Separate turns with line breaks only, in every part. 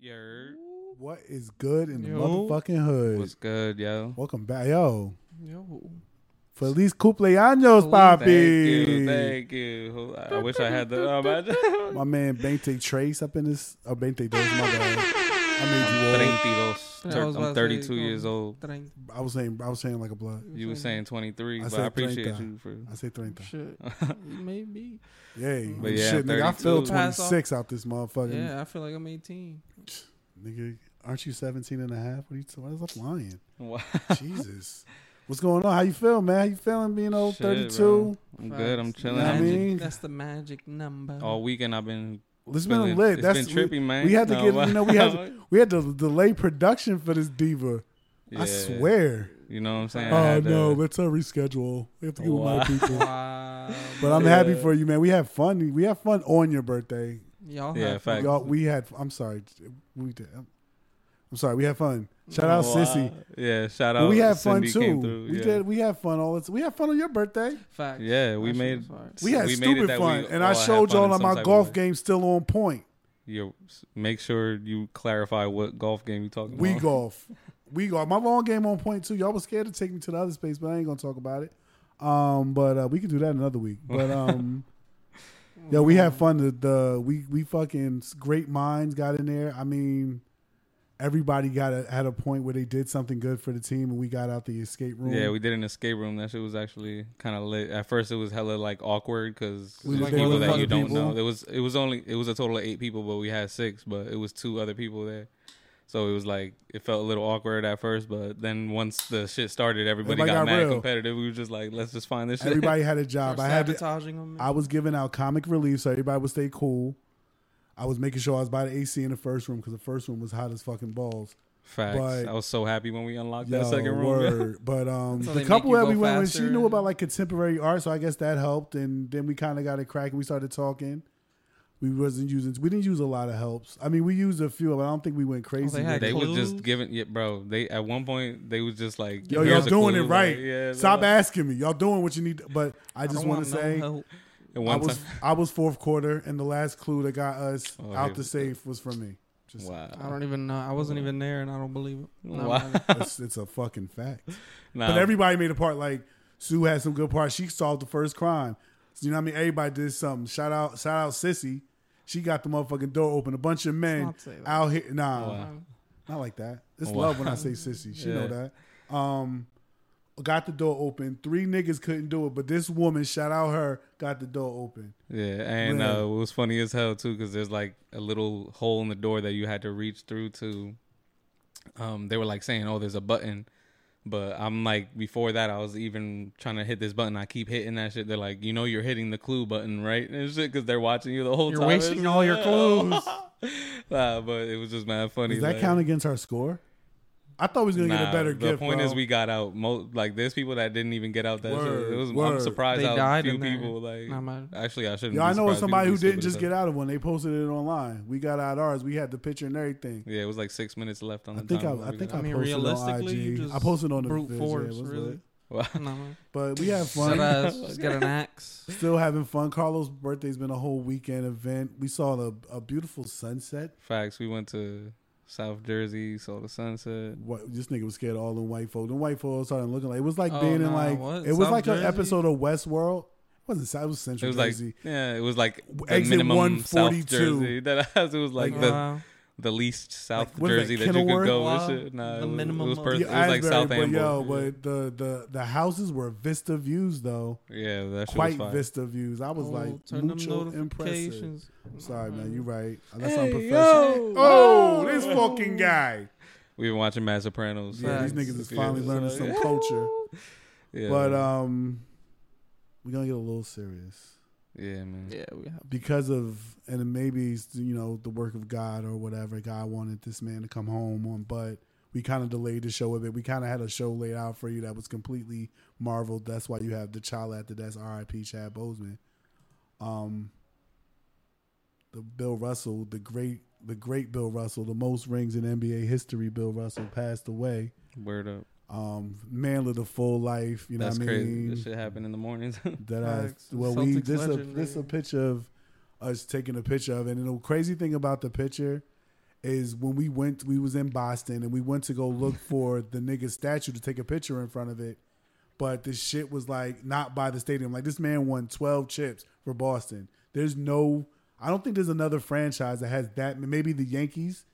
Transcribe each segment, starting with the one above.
Yer.
What is good in the
Yo.
motherfucking hood?
What's good, yo?
Welcome back, yo.
Yo.
Feliz cumpleaños, papi.
Thank you. Thank you. I I wish I had the. Um, I-
My man Bente Trace up in this. Oh, Bente Trace, my bad. I made you old.
32.
I was about to
I'm
say,
32
um,
years old.
Thank
I was saying, I was saying like a blood.
You were saying 23,
I
but
said
I appreciate
30.
you for.
I say 30.
shit. Maybe.
Yeah,
But yeah,
shit, nigga. I feel
32.
26 out this motherfucking.
Yeah, I feel like I'm 18.
Nigga, aren't you 17 and a half? What are you, why is up lying?
Wow.
Jesus. What's going on? How you feel, man? How you feeling being old
Shit, bro.
32?
I'm good. I'm
Facts.
chilling.
Nah, I
Magic,
I'm-
mean-
that's the magic number.
All weekend I've been.
It's
feeling-
been lit.
it's
That's
been
we-
trippy, man.
We had to
No,
get,
but-
you know, we had to, we had to delay production for this diva.
Yeah.
I swear.
You know what I'm saying? I
Oh
had to-
no, let's uh, reschedule. We have to get
Wow.
with my people.
Wow.
But I'm
Yeah.
happy for you, man. We had fun. We had fun on your birthday.
y'all
Yeah,
have
facts.
Y'all, we had. I'm sorry. We did. I'm sorry. We had fun. Shout out
Wow.
Sissy.
Yeah, shout
But
out.
we had fun
Cindy
too.
came through,
We
yeah.
did. We had fun all. This, we had fun on your birthday.
Facts.
Yeah, we
That shit
made-
was hard.
We had
We made it
stupid
that
fun,
we
and I
all had
showed
fun
y'all
in
that
some
my
type of
golf
way.
game still on point.
You make sure you clarify what golf game you talking
We
about.
golf. We golf. My long game on point too. Y'all was scared to take me to the other space, but I ain't gonna talk about it. Um, but uh, we can do that another week. But um, yo, we had fun. The, the we we fucking great minds got in there. I mean, everybody got a, had a point where they did something good for the team, and we got out the escape room.
Yeah, we did an escape room. That shit was actually kind of lit. At first, it was hella like awkward because
We
there's
were there
people
with
that
other
you don't
people.
know. It was it was only it was a total of eight people, but we had six. But it was two other people there, so it was like it felt a little awkward at first. But then once the shit started, everybody,
Everybody
got,
got
mad
real.
competitive. We were just like, let's just find this shit.
everybody had a job.
Start
I had to,
sabotaging them.
I was giving out comic relief so everybody would stay cool. I was making sure I was by the AC in the first room because the first room was hot as fucking balls.
Facts.
but-
I was so happy when we unlocked
Yo,
that second room.
word. But um,
So they
the
make
couple
you
that
go
we went with, she
faster
knew
and-
about like contemporary art, so I guess that helped. And then we kind of got it cracking. We started talking. We wasn't using. We didn't use a lot of helps. I mean, we used a few, but I don't think we went crazy.
they
with
had
it.
they was
Clues?
just giving, yeah, bro. They at one point they was just like,
Yo, y'all
here's a
doing
clue,
it right.
like, yeah,
Stop
bro.
asking me. Y'all doing what you need. to- but I just want to say,
At
I
one
was
time.
I was fourth quarter, and the last clue that got us
Oh, here
out the
we go.
safe was from me. Just
I
Wow.
don't even know. I wasn't even there, and I don't believe it. No,
Wow.
I'm not-
it's, it's a fucking fact.
Nah,
But everybody made a part. Like Sue had some good parts. She solved the first crime. So, you know what I mean? Everybody did something. Shout out, shout out, Sissy. She got the motherfucking door open. A bunch of men
Don't say that.
out here. Nah,
Wow.
not like that. It's
Wow.
love when I say Sissy. She
Yeah.
know that. Um, got the door open. Three niggas couldn't do it, but this woman, shout out her, got the door open.
Yeah, and
Yeah.
uh, it was funny as hell too, because there's like a little hole in the door that you had to reach through to. Um, they were like saying, "Oh, there's a button," but I'm like, before that, I was even trying to hit this button. I keep hitting that shit. They're like, "You know, you're hitting the clue button, right?" And shit, because they're watching you the whole
You're
time. It's
wasting
just-
all your clues.
nah, but it was just mad funny.
Does that
like-
count against her score? I thought we was gonna get
Nah,
a better
the
gift.
point
bro.
is, we got out. Mo- like, there's people that didn't even get out that
Word,
shit. It was, I'm
word.
surprised
They
how
died
few
in there.
people like.
Nah, man.
Actually, I shouldn't.
Yeah,
be
I know
surprised.
somebody
People
who
be stupid
didn't just
as
get
hell.
out of one. They posted it online. We got out ours. We had the picture and everything.
Yeah, it was like six minutes left on
I
the
think I,
time.
I think I,
I mean,
posted
realistically,
on IG.
you just
I posted on the
brute
vids,
force,
it was
really.
lit.
Wow.
no, man.
But we had
Set
fun.
us, just get an axe.
Still having fun. Carlos' birthday's been a whole weekend event. We saw a, a beautiful sunset.
Facts. We went to South Jersey, saw the sunset.
What this nigga was scared of all the white folk. The white folk started looking like it was like
Oh,
being in
nah,
like
what?
it was
South
like an
Jersey?
episode of Westworld. It wasn't South- it was
It
Central
was like
Jersey.
yeah, it was like the
Exit
minimum South
142.
Jersey. That it was like
Like,
Uh,
uh,
the
Wow.
the least South
what is that,
Jersey that, you
Kenilworth?
could go
Wow.
with shit. Nah,
The
it was,
minimum
it was,
of-
Perth,
Yeah,
it was like
Asbury,
South
but yo,
Amble.
but the, the the houses were vista views though.
yeah, that shit
Quite
was fire.
vista views. I was
Oh,
like
turn them
mucho impressive.
notifications.
Sorry,
Nah,
man, you right. That's
Um, Hey,
unprofessional.
yo.
Oh, this fucking guy.
We've been watching Mad Sopranos.
Yeah, these
Facts.
niggas is finally
Yeah,
learning
so,
some
yeah.
culture.
Yeah,
But um, we're gonna get a little serious
yeah, man.
Yeah, we have.
because of and maybe it's, you know the work of God or whatever. God wanted this man to come home on, but we kind of delayed the show a bit. We kind of had a show laid out for you that was completely marveled. That's why you have the child after that's R.I.P. Chad Bozeman. Um, the Bill Russell, the great, the great Bill Russell, the most rings in NBA history. Bill Russell passed away.
Word up.
Um, man lived a full life. You know
That's
what I mean?
crazy. This shit happened in the mornings.
That I
Facts.
well, we
Celtics
this a
legend,
this a
man.
picture of us taking a picture of, it. and the crazy thing about the picture is when we went we was in Boston and we went to go look for the nigga statue to take a picture in front of it. But this shit was like not by the stadium. Like this man won 12 chips for Boston. There's no I don't think there's another franchise that has that maybe the Yankees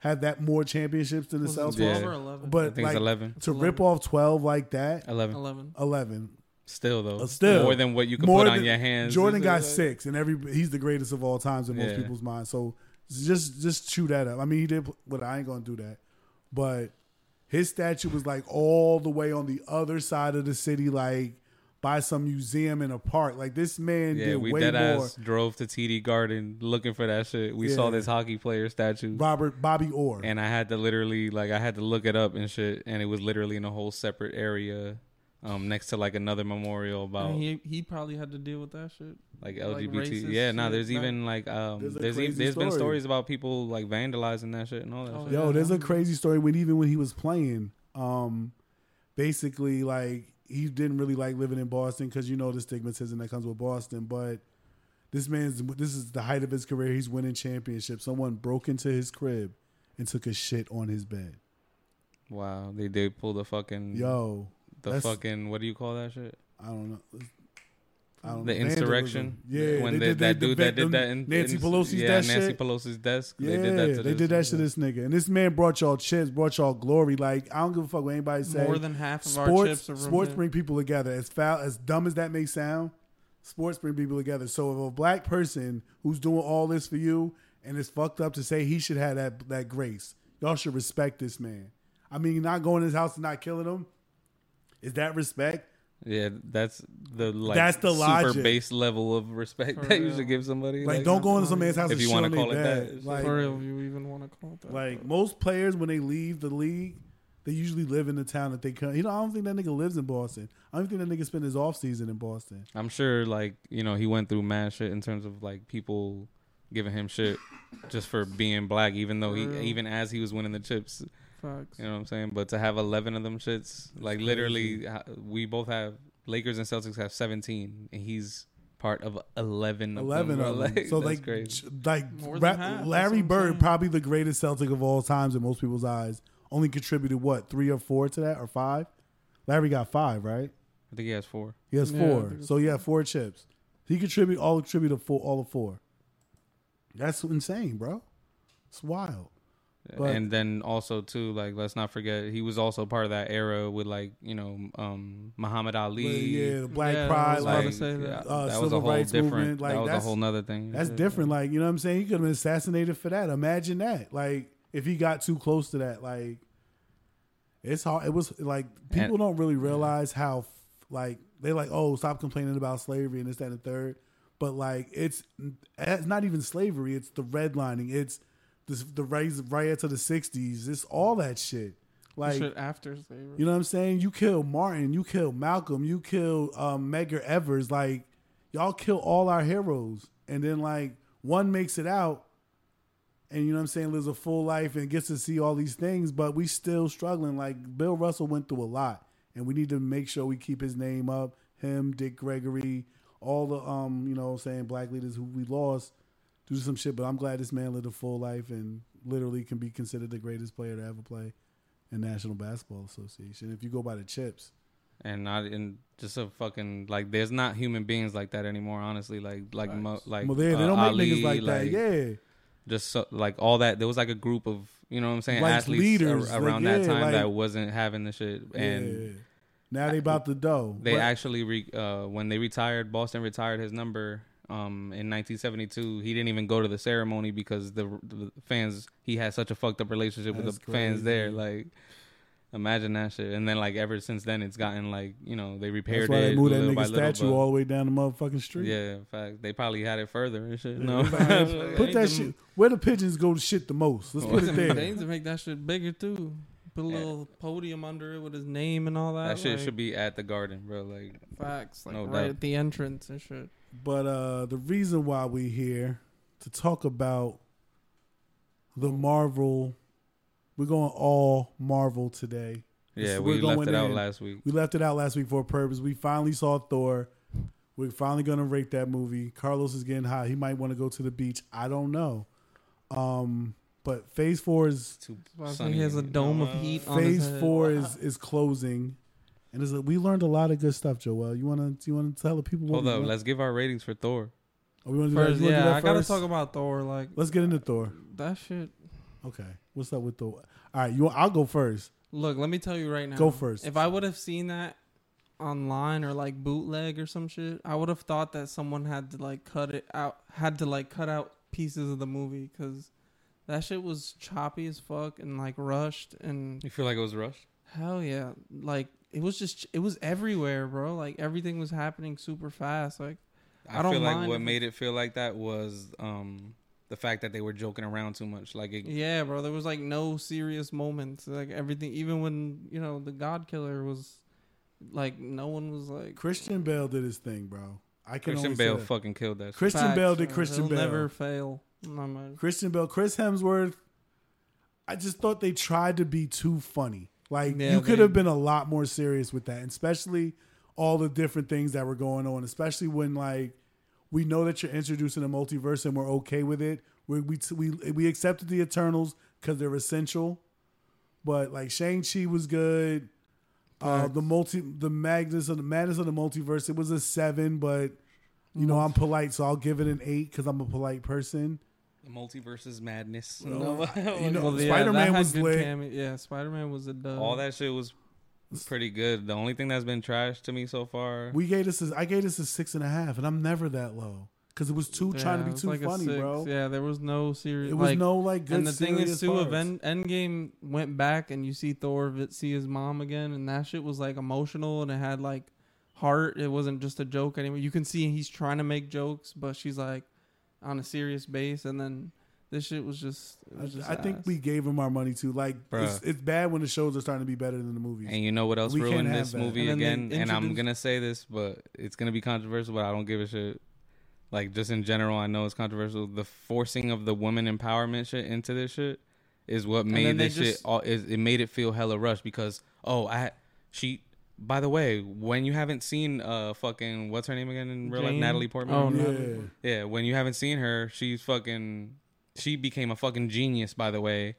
have that more championships than the
Was it
Celtics.
12
Yeah.
or 11?
I
But
think
like
it's 11.
to rip off 12 like that,
11.
11.
11.
Still though,
Uh, still.
more than what you could
More
put on
than-
your hands.
Jordan
It's-
got six, and every he's the greatest of all times in most
Yeah.
people's minds. So just just chew that up. I mean, he did, but I ain't gonna do that. But his statue was like all the way on the other side of the city, like by some museum in a park. Like this man
Yeah,
did
we
way
dead
more.
ass drove to TD Garden looking for that shit. We saw
Yeah.
this hockey player statue,
Robert Bobby Orr.
and I had to literally like I had to look it up and shit, and it was literally in a whole separate area, um, next to like another memorial
I
about
mean, he, he probably had to deal with that shit.
like
like,
LGBT.
racist
yeah, no,
shit,
there's
like-
even like um,
There's
there's
a
there's, e-
crazy
there's been
story.
stories about people like vandalizing that shit and all that.
Oh,
shit.
Yo, there's a crazy story when even when he was playing, um, basically like he didn't really like living in Boston because you know the stigmatism that comes with Boston. But this man's this is the height of his career. He's winning championships. Someone broke into his crib and took a shit on his bed.
Wow, they did pull the fucking
Yo,
the
that's-
fucking what do you call that shit?
I don't know. I don't
The
know.
insurrection.
Um, Vandalism. Yeah,
when
they
the-
did- they
that dude that
did
did that in
Nancy
in-
Pelosi's
yeah,
that
Nancy
shit.
Pelosi's desk.
Yeah,
they did that to
they
this.
did that to this nigga, and this man brought y'all chips, brought y'all glory. Like I don't give a fuck what anybody says.
More than half of our
sports
chips are
sports
removed.
bring people together as foul as dumb as that may sound sports bring people together so if a black person who's doing all this for you and it's fucked up to say he should have that that grace y'all should respect this man i mean not going to his house and not killing him is that respect
Yeah, that's the like
That's the
super
logic.
base level of respect
For
that you
real.
should give somebody.
like, don't go into some man's house
if
and
you
shit
wanna
on their
call it that,
bed
it's
like,
For real, if you even want to call it that.
like most players when they leave the league they usually live in the town that they come. You know, I don't think that nigga lives in Boston. I don't think that nigga spent his off season in Boston.
I'm sure like you know he went through mad shit in terms of like people giving him shit just for being black, even though he
For real.
even as he was winning the chips,
Facts.
you know what I'm saying. But to have 11 of them shits, like literally, uh, we both have Lakers and Celtics have 17, and he's part of 11. Of
11
them,
of
bro.
them. so
that's
like
crazy.
j- like
More than
Ra-
half, that's what
Larry
I'm
Bird
saying.
probably the greatest Celtic of all times in most people's eyes only contributed what 3 or 4 to that or 5 Larry got 5 right
I think he has four.
he has
Yeah, I
4
think it's
so yeah 4 chips he contribute all contributed four all of 4 that's insane bro it's wild But-
and then also too, like let's not forget he was also part of that era with like you know um Muhammad
But,
Ali.
yeah the black
Yeah, I
pride
was
like,
about to
like,
say that.
Uh,
was
civil
a whole
rights
different.
movement, like,
that was a
that's-
whole nother thing.
that's different like you know what I'm saying he could have been assassinated for that imagine that like if he got too close to that like It's hard. It was like people
And-
don't really realize how f- like they like oh stop complaining about slavery and this that and the third, but like it's it's not even slavery. It's the redlining. It's the the rise riots of the '60s. It's all that shit. Like
shit after slavery.
you know what I'm saying? You kill Martin. You kill Malcolm. You kill um, Megar Evers. Like y'all kill all our heroes, and then like one makes it out, and you know what I'm saying lives a full life and gets to see all these things. But we still struggling. Like Bill Russell went through a lot, and we need to make sure we keep his name up. Him, Dick Gregory, all the um, you know, what I'm saying black leaders who we lost do some shit. But I'm glad this man lived a full life and literally can be considered the greatest player to ever play in National Basketball Association. If you go by the chips,
and not in just a fucking like. There's not human beings like that anymore. Honestly, like like mo, like
well, they,
uh,
they don't make
Ali,
niggas like, that. Yeah,
just so, like all that. There was like a group of you know what I'm saying
Like
athletes
leaders,
ar-
like,
around
yeah,
that time
like-
that wasn't having the shit and.
yeah. Now they about the dough.
They
But-
actually re, uh, when they retired, Boston retired his number um, in 1972. He didn't even go to the ceremony because the, the fans he had such a fucked up relationship with
That's
the fans there.
crazy.
Like, imagine that shit. And then like ever since then, it's gotten like you know they repaired
that's why
it
they moved that
little by
nigga
little.
statue
but-
all the way down the motherfucking street.
yeah, in fact, they probably had it further and shit.
Yeah,
No,
everybody- put that shit where the pigeons go to shit the most. Let's
Oh,
They
put
need
it
to- They
there.
need to make that shit bigger too. Put a
Yeah.
little podium under it with his name and all that.
that shit
like,
should be at the garden, bro. Like,
facts, like
No
right
doubt.
at the entrance and shit.
But uh, the reason why we here to talk about the Marvel, we're going all Marvel today.
yeah,
It's-
we
we're
left
going
it out
in.
last week.
We left it out last week for a purpose. We finally saw Thor. We're finally gonna rate that movie. Carlos is getting hot. He might want to go to the beach. I don't know. Um, But Phase Four is
Too
Why is he
sunny
has a
and-
dome of
Uh,
heat on his
Phase
head?
Four is is closing, and it's like, we learned a lot of good stuff, Joel. You wanna you wanna tell the people? what
Hold
we
up,
learned?
let's give our ratings for Thor.
Oh, we wanna do that-
First,
you wanna do
yeah,
that
I gotta
first?
talk about Thor. Like
Let's get into Thor.
that shit.
Okay, what's up with Thor? All right, you. I'll go first.
Look, let me tell you right now.
Go first.
If I would have seen that online or like bootleg or some shit, I would have thought that someone had to like cut it out, had to like cut out pieces of the movie because that shit was choppy as fuck and like rushed and
You feel like it was rushed?
hell yeah, like it was just it was everywhere, bro. Like everything was happening super fast. Like
I,
I don't
feel like
mind
what
if
made it feel like that was um the fact that they were joking around too much. Like it,
yeah, bro, there was like no serious moments. Like everything, even when you know the God Killer was. Like no one was like
Christian Bale did his thing, bro. I can
Christian
only say
Bale
that.
fucking killed that. shit.
Christian
Facts,
Bale did
bro.
Christian
He'll
Bale.
never fail. in my mind.
Christian Bale, Chris Hemsworth. I just thought they tried to be too funny. Like
Yeah,
you could
they-
have been a lot more serious with that, and especially all the different things that were going on. Especially when like we know that you're introducing a multiverse and we're okay with it. We we we, we accepted the Eternals because they're essential, but like Shang Chi was good. Uh, the multi, the madness of the madness of the multiverse. It was a seven, but you
Mm.
know I'm polite, so I'll give it an eight because I'm a polite person.
The multiverse's madness.
you know,
Well, yeah,
Spider-Man
that had
was
good
lit.
cameo- yeah, Spider Man was a dub.
All that shit was pretty good. The only thing that's been trash to me so far.
We gave this. A, I gave this a six and a half, and I'm never that low because it was too
Yeah,
trying to
it
be
was
too
like a
funny,
six.
bro.
Yeah, there was no serious.
It was
like,
no like good.
And the thing is,
serious
too,
parts.
event Endgame went back and you see Thor vi- see his mom again, and that shit was like emotional and it had like heart. It wasn't just a joke anymore. You can see he's trying to make jokes, but she's like on a serious base, and then this shit was just. It was just
I, I think
ass.
we gave him our money too. Like it's,
Bruh.
it's bad when the shows are starting to be better than the movies.
And you know what else
We can't
ruined
have
this
that.
movie
And then
again?
they
And I'm
introduced-
gonna say this, but it's gonna be controversial, but I don't give a shit. Like just in general, I know it's controversial. The forcing of the woman empowerment shit into this shit is what
then
made
they
this shit.
just-
All, is it made it feel hella rushed because oh I she. By the way, when you haven't seen uh fucking what's her name again in real life,
Jane?
Natalie Portman.
Oh,
yeah,
no.
Yeah, when you haven't seen her, she's fucking. She became a fucking genius, by the way.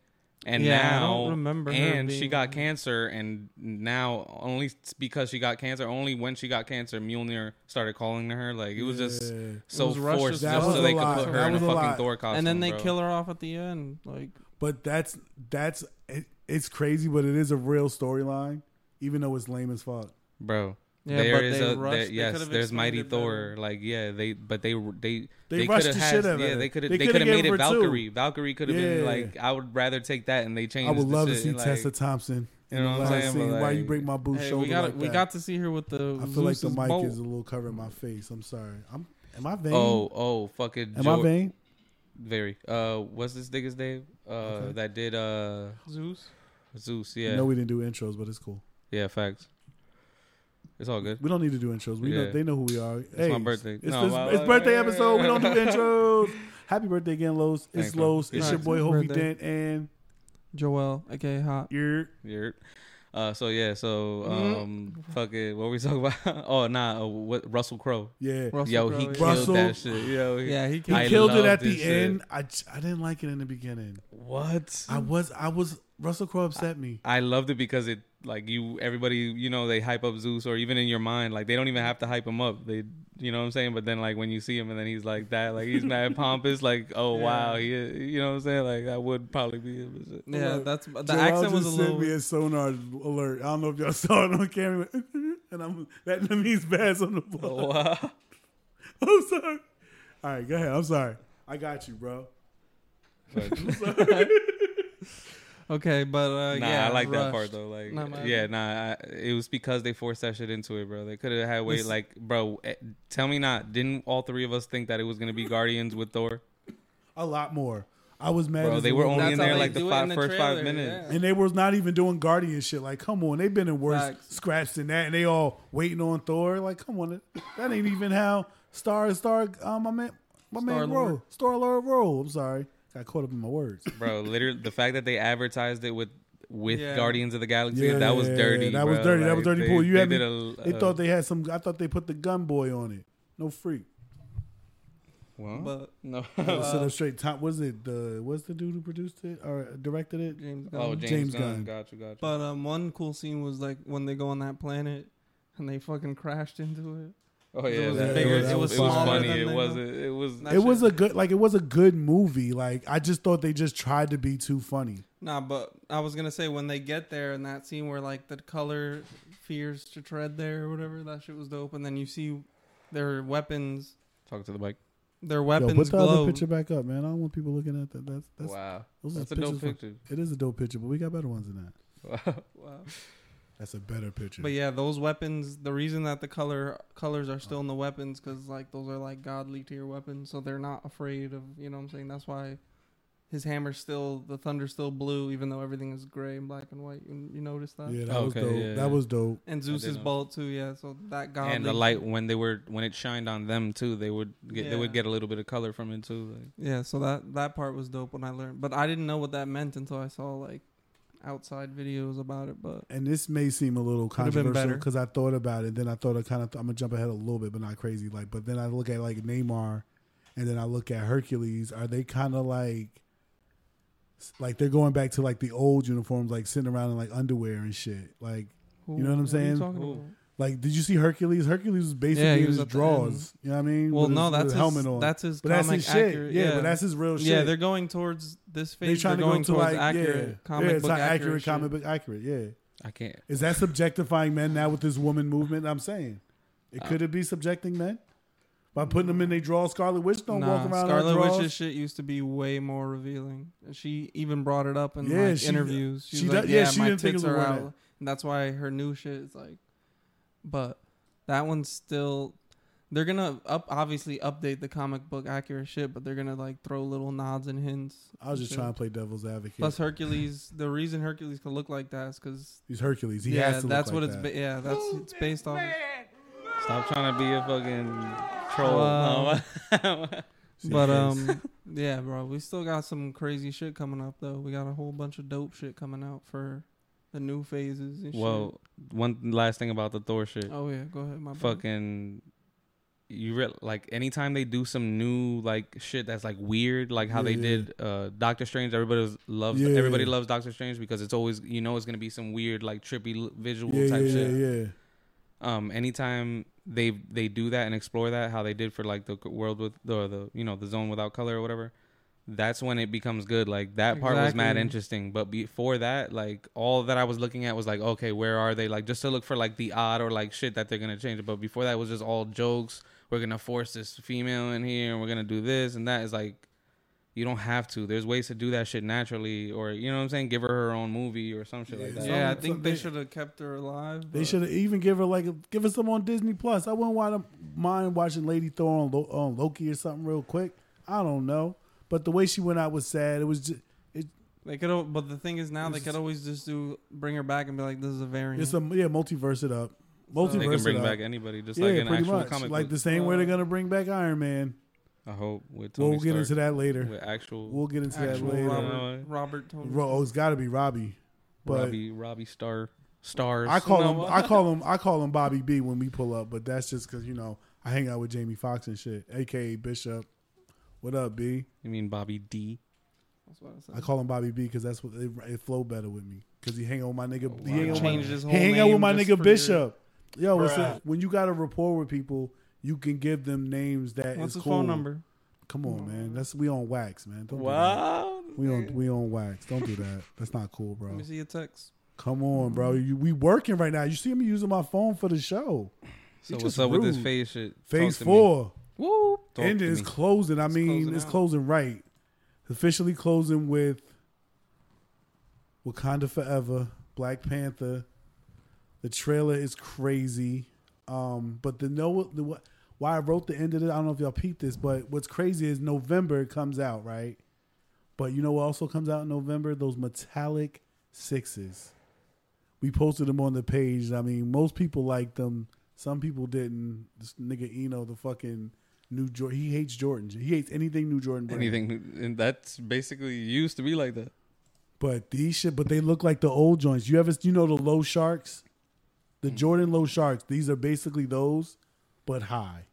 And
Yeah, I
now,
don't remember her
and she
being-
got cancer, and now only s- because she got cancer, only when she got cancer, Mjolnir started calling to her. Like it was just
Yeah.
so
was rushed
forced,
as
just
fuck.
so they could
That was
put
a lot.
her
That
in a
was a
fucking
lot.
Thor costume.
And then they
bro.
kill her off at the end, like.
But that's that's it, it's crazy, but it is a real storyline, even though it's lame as fuck.
bro.
Yeah,
there
but
is
they
a
rushed-
there,
they
yes.
could've
There's mighty
explained it
Thor. Like yeah, they but they they
They
they
rushed
could have
the
had
shit out of
yeah
it.
they could have
They
they,
coulda
could have
gave
made it
her two.
Valkyrie. Valkyrie could have
Yeah.
been like I would rather take that and they changed.
I would
the
love
shit,
to see
like,
Tessa Thompson.
You know
in the
what I'm
last
saying? But,
scene, Why you
like-
break my boo
Hey,
shoulder?
we got
like
we
that?
got to see her with the.
I feel like the
Zeus's
mic
bolt.
is a little covering my face. I'm sorry. I'm am I vain?
Oh, oh, fucking.
am I
Jor-
vain?
Very. Uh, what's this nigga's name? Uh,
Okay.
that did uh
Zeus.
Zeus. Yeah.
No, we didn't do intros, but it's cool.
yeah. Facts. It's all good.
We don't need to do intros. We know
Yeah.
they know who we are. It's hey,
my birthday.
It's,
No,
this-
my-
it's birthday episode. We don't do intros. Happy birthday again, Los. It's
Thanks, man.
Los. It's your
Nice.
boy Hovey
Birthday.
Dent and
Joel, aka Hot.
your
Yeah. Uh, so yeah, so
Mhm.
um, fuck it. What we talking about? oh nah, uh, what Russell Crowe?
yeah.
Russell
Yo,
Crowe,
he
yeah.
killed
Russell-
that shit. Yo, he-
Yeah, he
He
killed.
I
killed it
love
at the
this shit. Mm.
end. I j- I didn't like it in the beginning.
What?
I was I was Russell Crowe upset me.
I loved it because it like you everybody you know they hype up Zeus or even in your mind like they don't even have to hype him up they you know what I'm saying but then like when you see him and then he's like that like he's mad pompous like oh
Yeah.
wow he is- you know what I'm saying like that would probably be him is it?
yeah,
Look,
that's the
Joel
accent was a
just
little.
sent me a sonar alert. I don't know if y'all saw it on camera, and I'm that Vietnamese bass on the
Oh,
ball.
Wow.
I'm sorry. All right, go ahead. I'm sorry. I got you, bro.
But,
Okay, but uh,
nah,
yeah,
I like that
rushed.
part though. Like,
Not mad.
yeah, nah, I, it was because they forced that shit into it, bro. They could have had way
This-
like, bro, eh, tell me not. Didn't all three of us think that it was gonna be Guardians with Thor?
A lot more. I was mad.
Bro,
as
they
a
were
little-
only in
That's how
there
they
like the,
do it
five,
in the
first five
trailer,
minutes.
yeah.
And they was not even doing Guardian shit. Like, come on, they've been in worse
Facts.
scraps than that, and they all waiting on Thor. Like, come on, that ain't even how Star Star um my man my man
Star-Lord.
roll Star Lord roll. I'm sorry, got caught up in my words.
bro. Literally, the fact that they advertised it with with
Yeah.
Guardians of the Galaxy,
Yeah,
that was
yeah,
dirty.
that was
bro.
dirty, that
Like,
was dirty
They,
pool. You
they
had
did
me-
a,
They
uh,
thought they had some. I thought they put the gun boy on it. No freak.
Well,
But
no.
Uh,
Uh,
so the straight top was it the was the dude who produced it or directed it?
James Gunn.
oh, James,
Um, James
Gunn.
Gunn.
Got you, got you.
But um, one cool scene was like when they go on that planet and they fucking crashed into it.
oh
it
yeah,
was
that-
bigger,
it was,
that
it
was
was,
smaller
funny.
than
It
they
was
know.
it, it was
Not-
It was a good like it was a good movie. Like I just thought they just tried to be too funny.
Nah, but I was gonna say when they get there and that scene where like the color fears to tread there or whatever, that shit was dope. And then you see their weapons,
talk to the mic.
their
Yo,
weapons
put the
glow.
other picture back up, man. I don't want people looking at that. That's that's
wow,
those
that's a
are pictures
dope
from-
picture.
it is a dope picture, but we got better ones than that.
Wow.
Wow.
That's a better picture.
But yeah, those weapons. The reason that the color colors are still in the weapons because like those are like godly tier weapons, so they're not afraid of. You know what I'm saying? That's why his hammer's still the thunder's still blue, even though everything is gray and black and white. You, you notice that?
Yeah, that was
Okay,
dope.
yeah, yeah.
That was dope.
And
did
Zeus's
notice.
bolt too. Yeah, so that godly.
And the light when they were when it shined on them too, they would get they would
Yeah.
get a little bit of color from it too. Like,
Yeah, so that that part was dope when I learned, but I didn't know what that meant until I saw like outside videos about it. But
And this may seem a little
Could've been
controversial
better.
because I thought about it. Then I thought I kind of I'm gonna jump ahead a little bit, but not crazy. Like, but then I look at like Neymar, and then I look at Hercules. Are they kind of like, like they're going back to like the old uniforms, like sitting around in like underwear and shit. Like,
who-
You know what I'm
are
saying?
talking
Who?
about?
like did you see Hercules? Hercules was basically
Yeah, he
in
was
his
at the
drawers. You know what I mean?
Well,
With his-
no,
with
that's
his
his,
helmet on.
That's his.
but that's
comic
his shit.
accurate-
yeah, but that's his real Oh, shit.
Yeah, they're going towards this phase.
They trying to
are going
go to
towards
like
accurate
yeah,
comic
yeah, it's
book
not
accurate,
accurate
shit.
comic book accurate. Yeah,
I can't.
is that subjectifying men now with this woman movement? I'm saying, it
Uh,
could it be subjecting men by putting them in they draw? Scarlet Witch don't
Nah,
walk around in
Scarlet
her draws.
Witch's shit used to be way more revealing. And She even brought it up in
Yeah,
like
she-
interviews. She,
she
was like,
does-
"Yeah,
yeah, she
my
didn't think
tits
it was
are
one
out,"
that-
and that's why her new shit is like. But that one's still. They're gonna up obviously update the comic book accurate shit, but they're gonna like throw little nods and hints.
I was just
Shit.
trying to play devil's advocate.
Plus Hercules, the reason Hercules could look like that is because
He's Hercules. He
yeah,
has to.
that's
look
what
like
it's
that.
ba- yeah, that's it's based off. of.
Stop trying to be a fucking troll.
Wow.
Um,
See
But
his
um, yeah, bro, we still got some crazy shit coming up though. We got a whole bunch of dope shit coming out for the new phases and
well, one last thing about the Thor shit.
shit. Oh yeah, go ahead, my bad.
fucking you re- like anytime they do some new like shit that's like weird like how
Yeah,
they
yeah.
did uh doctor strange everybody was, loves
Yeah,
everybody
yeah.
loves doctor strange because it's always you know it's going to be some weird like trippy l- visual
yeah,
type
yeah,
shit
yeah, yeah.
um anytime they they do that and explore that how they did for like the world with or the you know the zone without color or whatever that's when it becomes good like that part was mad
Exactly.
interesting but before that like all that i was looking at was like okay where are they like just to look for like the odd or like shit that they're gonna change but before that it was just all jokes we're gonna force this female in here and we're gonna do this and that is like you don't have to there's ways to do that shit naturally or you know what i'm saying give her her own movie or some shit
Yeah,
like that
yeah,
Some-
I think
some-
they
they-
should have kept her alive.
They
but-
should have even give her like a, give her some on Disney Plus. I wouldn't want to mind watching Lady Thor on, Lo- on Loki or something real quick. I don't know, but the way she went out was sad. It was just
They could, al- but the thing is now they
It's-
could always just do bring her back and be like, this is a variant.
it's a yeah multiverse it up. Multiverse
they can bring
it
back
up.
anybody just
yeah,
like an
pretty
actual
much.
comic
Like
book.
the same way they're gonna bring back Iron Man.
I hope with Tony
We'll get
Stark,
into that later.
With actual
We'll get into that
actual
later.
Robert-
Robert, Robert Tony.
Ro- oh, it's got to be Robbie. But
Robbie Robbie Star stars.
I call
No,
him
what?
I call him I call him Bobby B when we pull up, but that's just because you know I hang out with Jamie Foxx and shit, aka Bishop. What up, B?
you mean Bobby D?
That's what I said.
I call him Bobby B because that's what it, it flow better with me. Because he hang out with my nigga.
Oh,
he
wow.
hang out with my,
Changed his
he
whole
hang out with
name
my
just for
nigga
your-
Bishop. Yo, what's
Bruh.
up? When you got a rapport with people, you can give them names that
What's
is
his
cool.
phone number?
Come on, man. That's we on wax, man. Don't do that.
Wow.
We on we on wax. Don't do that. That's not cool,
Let
bro.
me see your text.
Come on, bro. You, we working right now. You see me using my phone for the show.
So
He
what's
just
up with this
rude.
phase shit?
Phase
Talk to me.
four.
Woo!
Talk
and
to
it's
me.
closing. I mean,
closing
it's
out.
closing right. Officially closing with Wakanda Forever, Black Panther. The trailer is crazy, um, but the no the what- why I wrote the end of it. I don't know if y'all peeped this, but what's crazy is November it comes out right, but you know what also comes out in November? Those metallic sixes. We posted them on the page. I mean, most people liked them. Some people didn't. This nigga Eno, the fucking new Jordan, he hates Jordan. He hates anything new Jordan. brand.
anything, and that's basically you used to be like that.
But these shit, but they look like the old joints. You ever, you know, the low sharks, the Jordan low sharks. These are basically those, but high.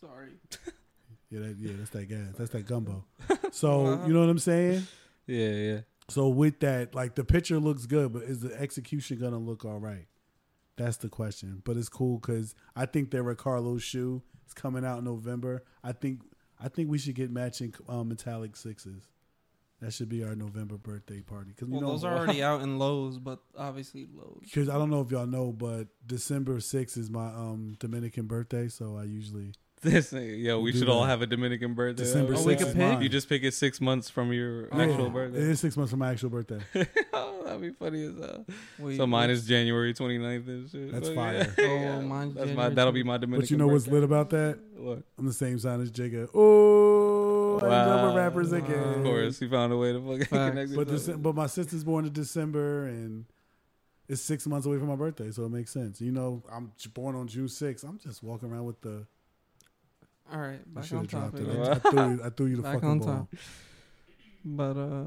Sorry.
Yeah, that, yeah, that's that gas. That's that gumbo. So you know what I'm saying.
Yeah, yeah.
So with that, like the picture looks good, but is the execution gonna look all right? That's the question. But it's cool because I think that Ricardo shoe is coming out in November. I think I think we should get matching um, metallic sixes. That should be our November birthday party because we
Well,
don't.
those are already out in Lowe's, but obviously Lowe's.
Because I don't know if y'all know, but December 6th is my um Dominican birthday, so I usually
This thing- yo, we
Do
should all
that.
have a Dominican birthday.
December
Oh,
we
6th
could
is
pick?
mine.
You just pick it six months from your
Oh.
actual
It
birthday.
is six months from my actual birthday.
Oh, that'd be funny as hell.
Wait,
So mine
wait.
is January 29th and shit.
That's
Fuck
fire.
yeah.
Oh,
Yeah,
mine's
That's my.
January
That'll be my Dominican.
but you know what's
birthday.
lit about that?
What?
I'm the same sign as Jigga. Oh, I love
Wow.
with rappers
Wow.
again.
Of course, he found a way to fucking
Facts.
connect.
But
But
this, but my sister's born in December, and it's six months away from my birthday, so it makes sense. You know, I'm j- born on June 6th. I'm just walking around with the.
All right,
I
back
should
on
have dropped
topic.
it.
man.
I, I threw, you- I threw you the
Back on
fucking ball.
top. But uh,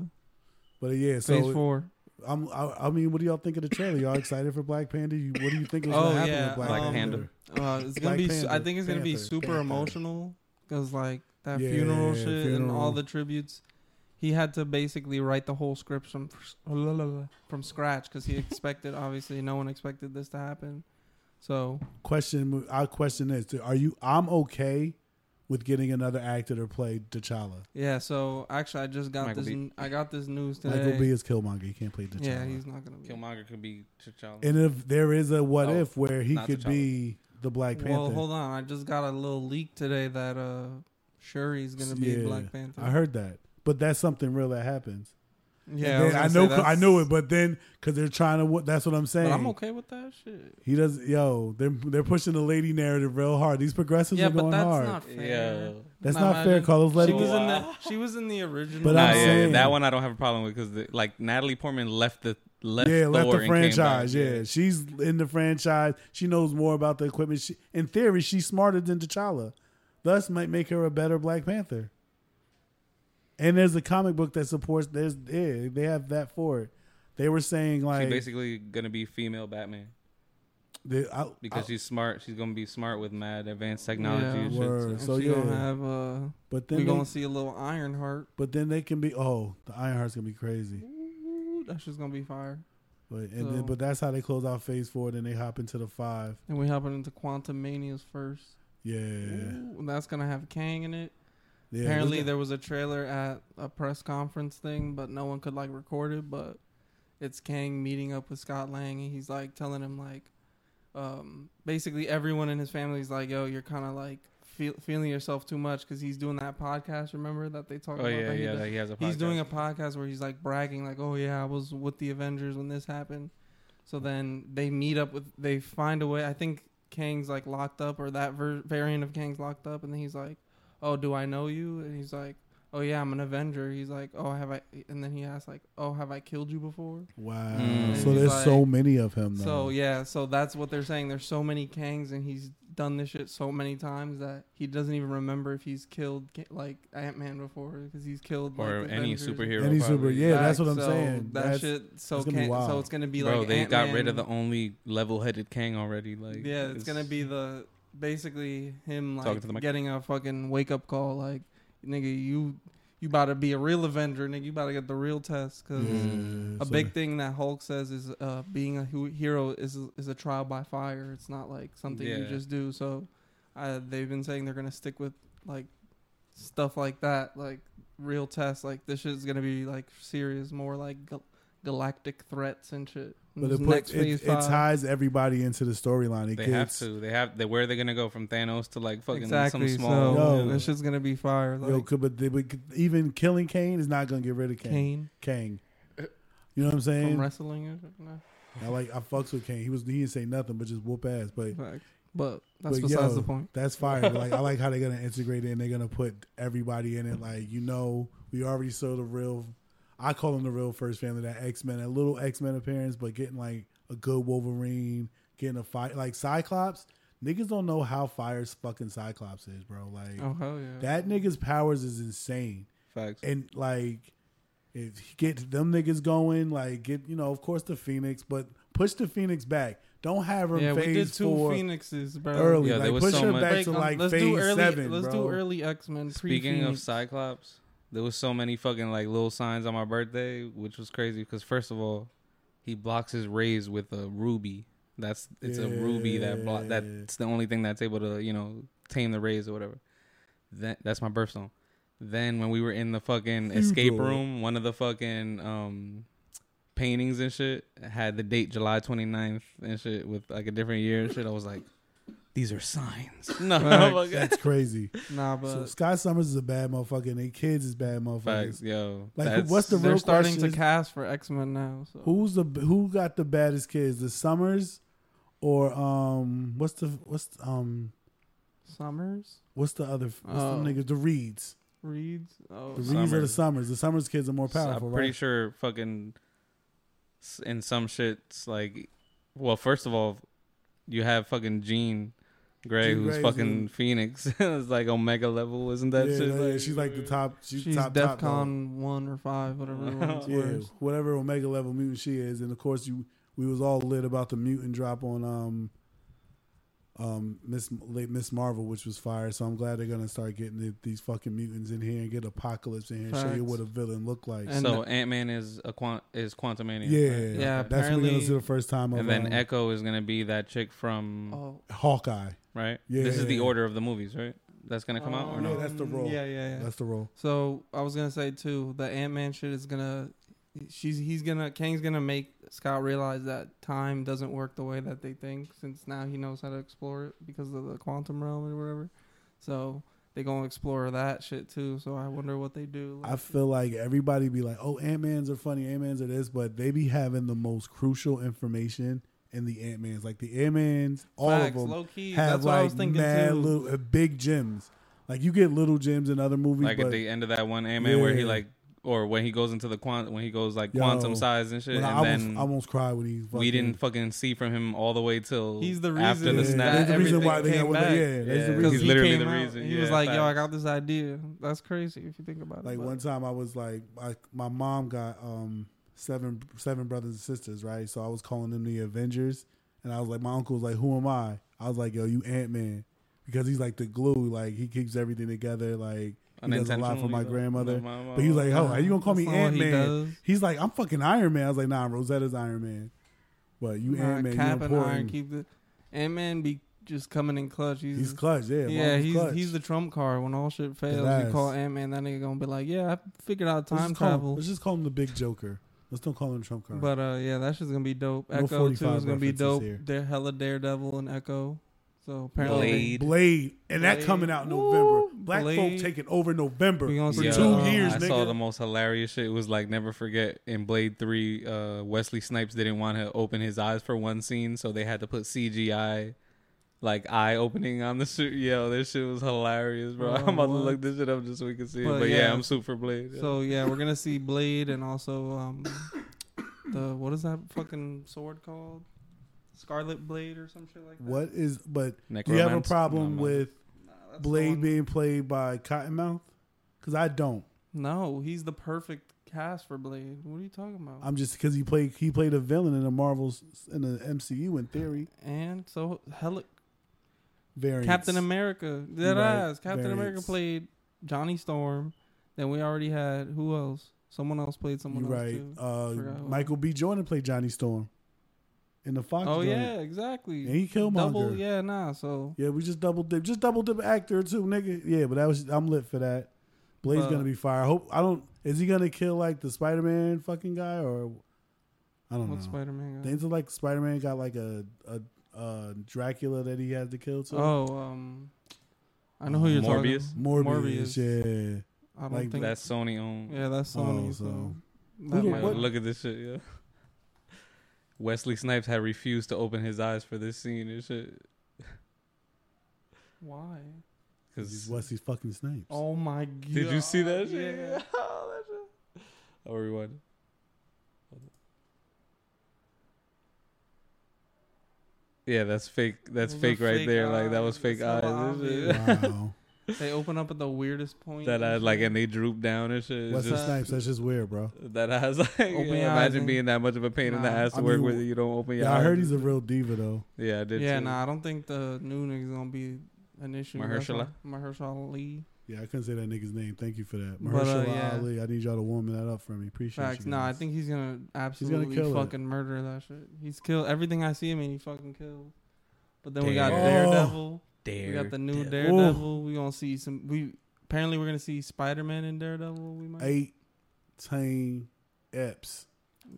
But uh, yeah,
phase
so
four.
I'm. I, I mean, what do y'all think of the trailer? Y'all excited for Black Panda? You, what do you think is
Oh,
going to happen
yeah,
with Black
Black
Panda?
Panda.
Uh, it's gonna
Black
be. su-
Panther,
I think it's gonna be
Panther,
super
Panther.
emotional because like that
Yeah,
funeral shit and
funeral.
all the tributes. He had to basically write the whole script from from scratch because he expected obviously no one expected this to happen. So
Question. Our question is: Are you? I'm okay with getting another actor to play T'Challa.
yeah. So actually, I just got
Michael B.
this. n- I got this news today.
Michael B is Killmonger. He can't play T'Challa.
yeah, he's not gonna be.
Killmonger could be T'Challa.
and if there is a what
Oh,
if where he
not
could be the Black Panther,
Well, hold on. I just got a little leak today that uh, Shuri's gonna be
Yeah,
Black Panther.
I heard that, but that's something real that happens.
Yeah,
And
was
then I
gonna say
know, I
that's-
know it, but then because they're trying to. what- That's what I'm
But
saying.
I'm okay with that shit.
He does. Yo, they're they're pushing the lady narrative real hard. These progressives
Yeah,
are going
but that's
hard.
not fair.
Yeah.
that's
Nah,
not fair,
imagine-
Carlos. Let
She
it
was
go.
in the she was in the original.
But
Nah,
I'm
yeah,
saying-
that one I don't have a problem with because like Natalie Portman left the left
yeah,
Thor
left
and
the
came back.
franchise. Yeah, she's in the franchise. She knows more about the equipment. She, in theory, she's smarter than T'Challa, thus might make her a better Black Panther. And there's a comic book that supports. There's yeah, they have that for it. They were saying
She's
like
basically gonna be female Batman
they- I-
because
I-
she's smart. She's gonna be smart with mad advanced technology.
Yeah.
and shit.
Word.
And
So,
she gonna
yeah.
have uh,
but
we
then
gonna
they,
see a little Ironheart.
but then they can be oh the Ironheart's gonna be crazy.
Ooh, that shit's gonna be fire.
But and
So-
then, but that's how they close out Phase Four. Then they hop into the five.
And we hopping into Quantum Manias first.
Yeah,
Ooh, and that's gonna have Kang in it.
yeah
Apparently,
look at-
there was a trailer at a press conference thing, but no one could like record it. But it's Kang meeting up with Scott Lang, and he's like telling him like, um, basically everyone in his family is like, "Yo, you're kind of like feel, feeling yourself too much," because he's doing that podcast. Remember that they talked
Oh
about?
yeah,
that he
yeah.
does?
Like he has a. Podcast.
He's doing a podcast where he's like bragging, like, "Oh yeah, I was with the Avengers when this happened." So then they meet up with, they find a way. I think Kang's like locked up, or that ver- variant of Kang's locked up, and then he's like, "Oh, do I know you?" And he's like, "Oh yeah, I'm an Avenger." He's like, "Oh, have I?" And then he asks like, "Oh, have I killed you before?"
wow.
Mm.
So
He's
there's so
like-
many of him. Though.
So yeah, so that's what they're saying. There's so many Kangs, and he's done this shit so many times that he doesn't even remember if he's killed Ka- like Ant Man before because he's killed
or
like,
any
Avengers.
superhero.
Any super-
probably.
yeah. that's what I'm
so
saying.
That
That's-
shit. So
it's gonna be
can
wild.
so it's gonna be
Bro,
like
they got rid of the
Ant-Man.
only level-headed Kang already. Like
yeah, it's, gonna be the basically him
Talking
like
to the mic.
getting a fucking wake up call. Like nigga, you you about to be a real Avenger, nigga. You about to get the real test because.
Yeah,
A
so-
big thing that Hulk says is uh, being a hu- hero is is a trial by fire. It's not like something you
Yeah.
just do. So uh, they've been saying they're gonna stick with like stuff like that, like real tests. Like this shit's gonna be like serious, more like gal- galactic threats and shit.
But
This
it, puts, it, it
five.
ties everybody into the storyline. It
They have
gets
to. They have. They, where are they gonna go from Thanos to like fucking
exactly.
some small?
so
Yo.
this shit's gonna be fire. Like
yo, could- but they, would- even killing Kane is not gonna get rid of Kane.
Kane
Kane, you know what I'm
from
saying?
wrestling. and shit, no,
I like I fucks with Kane. He was he didn't say nothing but just whoop ass. But
fact. But that's
But
besides
yo,
the point.
That's fire. but, like I like how they're gonna integrate it and they're gonna put everybody in it. Like you know, we already saw the real. I call them the real first family. That X Men, that little X Men appearance, but getting like a good Wolverine, getting a fight like Cyclops. Niggas don't know how fire fucking Cyclops is, bro. Like
Oh hell yeah.
that nigga's powers is insane.
Facts.
And like, if he get them niggas going, like get you know, of course the Phoenix, but push the Phoenix back. Don't have her
yeah, we did
phase
two
four
phoenixes, bro.
early.
Yeah, there
like
was
push
so
her
much-
back
Like,
to
um,
like
let's
phase
do early.
seven,
let's
bro.
do early X Men.
Speaking of Cyclops, there was so many fucking like little signs on my birthday, which was crazy because first of all, he blocks his rays with a ruby. That's it's a ruby that block.
Yeah.
That's the only thing that's able to you know tame the rays or whatever. That that's my birthstone. Then when we were in the fucking escape
Hugo.
room, one of the fucking um paintings and shit had the date July 29th and shit with like a different year and shit. I was like, these are signs. No,
Facts.
fuck.
That's crazy.
nah, but
so Scott Summers is a bad motherfucker, and they kids is bad motherfuckers.
Facts, yo.
Mm-hmm. Like,
That's-
what's the
they're
real
starting
question
to
is-
cast for X Men now. So.
Who's the who got the baddest kids? The Summers, or um, what's the what's um,
Summers
what's the other what's
Oh.
the niggas? The Reeds.
Reeds. Oh,
The Reeds are the
Summers.
Summers. The Summers kids are more
So
powerful,
I'm pretty
right?
sure fucking s- in some shits like well, first of all, you have fucking Jean Grey
Jean
who's
Grey's
fucking
in-
Phoenix. it's like Omega level, isn't that
yeah,
shit?
yeah, yeah, she's like the top. She's,
she's
top top. dog.
DefCon one or five, whatever. it was.
yeah, whatever omega level mutant she is, and of course you we was all lit about the mutant drop on um um Miss late Miss Marvel, which was fire. So I'm glad they're gonna start getting the, these fucking mutants in here and get Apocalypse in here and show you
Facts.
what a villain looked like.
And-
so Ant Man is a quant is Quantum Mania.
yeah,
Yeah,
that's when we're gonna
apparently-
see the first time of
And then
um,
Echo is gonna be that chick from
Oh,
Hawkeye.
right.
Yeah.
This is the order of the movies, right? That's gonna come out or
Oh.
um,
no?
Yeah, that's the role.
Yeah, yeah, yeah.
That's the role.
So I was gonna say too, the Ant Man shit is gonna. She's he's gonna Kang's gonna make Scott realize that time doesn't work the way that they think since now he knows how to explore it because of the quantum realm or whatever. So they gonna explore that shit too. So I wonder what they do.
I feel like everybody be like, "Oh, Ant Man's are funny, Ant Man's are this," but they be having the most crucial information in the Ant Man's, like the Ant Man's, all of them.
Low key.
have
That's what
like
I was thinking
mad
too.
little uh, big gems. Like you get little gems in other movies,
like
but
at the end of that one Ant Man where he
Yeah.
like or when he goes into the quant when he goes like
Yo,
quantum size and shit
when I
and
almost,
then
I almost cried when he. Fucking,
we didn't fucking see from him all the way till
He's the
after
reason
the
that
snap.
That's the reason why they
everything
got.
came back.
Yeah, that's the
Yeah.
reason.
Because
He's
he
literally
came
the
out
reason.
and He was
Yeah,
like, "Yo, I
facts.
got this idea." That's crazy if you think about it.
Like
but-
one time, I was like, I, my mom got um seven seven brothers and sisters, right? So I was calling them the Avengers, and I was like, my uncle was like, "Who am I?" I was like, "Yo, you Ant Man," because he's like the glue. Like he keeps everything together. Like he does a lot for
Unintentionally,
my
though.
grandmother.
No, my- my-
But he was like, "Oh,
Uh,
are you gonna call
that's
me
not what
Ant
he does.
Man?" He's like, "I'm fucking Iron Man." I was like, "Nah, Rosetta's Iron Man." But you
Nah,
Ant Man,
Cap
you
and Iron
important.
keep the Ant Man be just coming in clutch. He's,
he's clutch, yeah.
yeah, he's
clutch.
he's the trump card. When all shit fails,
ass.
you call Ant Man. That nigga gonna be like, yeah, I figured
Let's
out time
just call him-
travel.
let's just call him the Big Joker. Let's don't call him Trump card.
But uh, yeah, that shit's gonna be dope.
No
Echo too
45
is gonna be
references
dope.
here.
They're hella Daredevil and Echo. So apparently
Blade.
Blade, and that
Blade.
coming out in
Woo,
November. Black folk
Blade.
taking over November
We gonna
for
see uh,
two
that.
years,
I
nigga.
saw the most hilarious shit. It was like never forget in Blade Three, uh, Wesley Snipes didn't want to open his eyes for one scene, so they had to put CGI like eye opening on the suit. Yo, this shit was hilarious, bro.
Bro,
I'm about
what?
to look this shit up just so we can see
But
it. But yeah,
yeah.
I'm super Blade. yeah.
So yeah, we're gonna see Blade and also um, the what is that fucking sword called? Scarlet Blade or some shit like that.
what is? But do you have a
Necromance?
problem
No, man.
with
Nah, that's the
Blade
one-
being played by Cottonmouth? Because I don't.
No, he's the perfect cast for Blade. What are you talking about?
I'm just because he played he played a villain in the Marvels in the MCU in theory.
and so hella
Variants.
Captain America. That
Right,
ass. Captain America
variants.
played Johnny Storm. Then we already had who else? Someone else played someone
You
else
right.
too.
Uh,
Forgot who.
Michael B. Jordan played Johnny Storm in the Fox.
oh
joint.
yeah, exactly.
And he Killmonger.
Double, yeah, nah. So
Yeah, we just double dip, just double dip actor too, nigga. Yeah, but that was I'm lit for that. Blade's
But-
gonna be fire. I hope I don't. Is he gonna kill like the Spider Man fucking guy or I don't
what
know.
Spider Man got?
Things are like Spider Man got like a, a a Dracula that he has to kill too.
oh, um, I know who you're
Morbius?
talking.
Morbius, yeah.
I don't
Like
think
that's Sony owned.
Yeah, that's Sony.
Oh,
so,
so.
that
Who-
Yeah,
might-
what-
Look at this shit, yeah. Wesley Snipes had refused to open his eyes for this scene and shit.
why?
Cause
Wesley fucking Snipes.
Oh my god!
did you see that shit?
Yeah.
that shit. Oh, rewind. Yeah, that's fake. That's
Those are
fake right
fake
there. Like that was
eyes.
fake
That's hella
eyes. and shit.
obvious.
Wow.
They open up at the weirdest point.
that
and
I
shit.
like, and they droop down and shit. It's
Wesley
Just,
that?
Snipes. That's just weird, bro.
that I was like,
Open your eyes
imagine
and-
being that much of a pain in the
Nah.
ass to
I
work
mean,
with. and You don't open your
Yeah, I
eyes.
heard he's a real diva though.
Yeah, I did.
Yeah,
too.
nah, I don't think the new nigga's gonna be an issue. That's
Mahershala?
why- Mahershala Lee.
Yeah, I couldn't say that nigga's name. Thank you for that,
But,
Mahershala
uh, yeah.
Ali. I need y'all to warm that up for me. Appreciate
Facts.
you.
Nah, I
guys.
think he's gonna absolutely
kill it.
fucking murder that shit. He's killed everything I see him in. He fucking kills. But then we got
Dare-
Daredevil.
Dare.
we got the new
Devil.
Daredevil. We gonna see some. We apparently we're gonna see Spider Man and Daredevil. We might.
eighteen eps.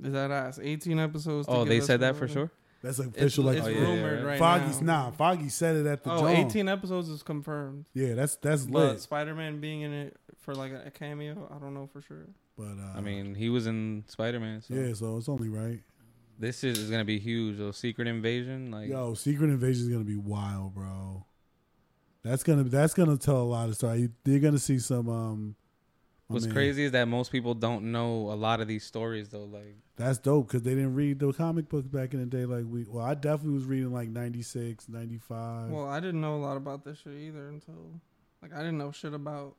Is that us? Eighteen episodes. to
Oh,
give
they
us
said that for
whatever.
sure.
That's
It's,
official.
it's
Oh,
like
yeah,
rumored
right.
right
Foggy's
now.
nah. Foggy said it at the
Oh,
joint.
18 episodes is confirmed.
Yeah, that's that's
But
lit.
Spider Man being in it for like a cameo, I don't know for sure.
But uh,
I mean, he was in Spider Man. So
yeah, so it's only right.
this shit is gonna be huge. Though Secret Invasion, like
Yo, Secret Invasion is gonna be wild, bro. That's gonna that's gonna tell a lot of story. You're gonna see some. um my
what's
man,
crazy is that most people don't know a lot of these stories though. Like
That's dope because they didn't read the comic books back in the day. Like we, well, I definitely was reading like 96, 95.
Well, I didn't know a lot about this shit either until, like, I didn't know shit about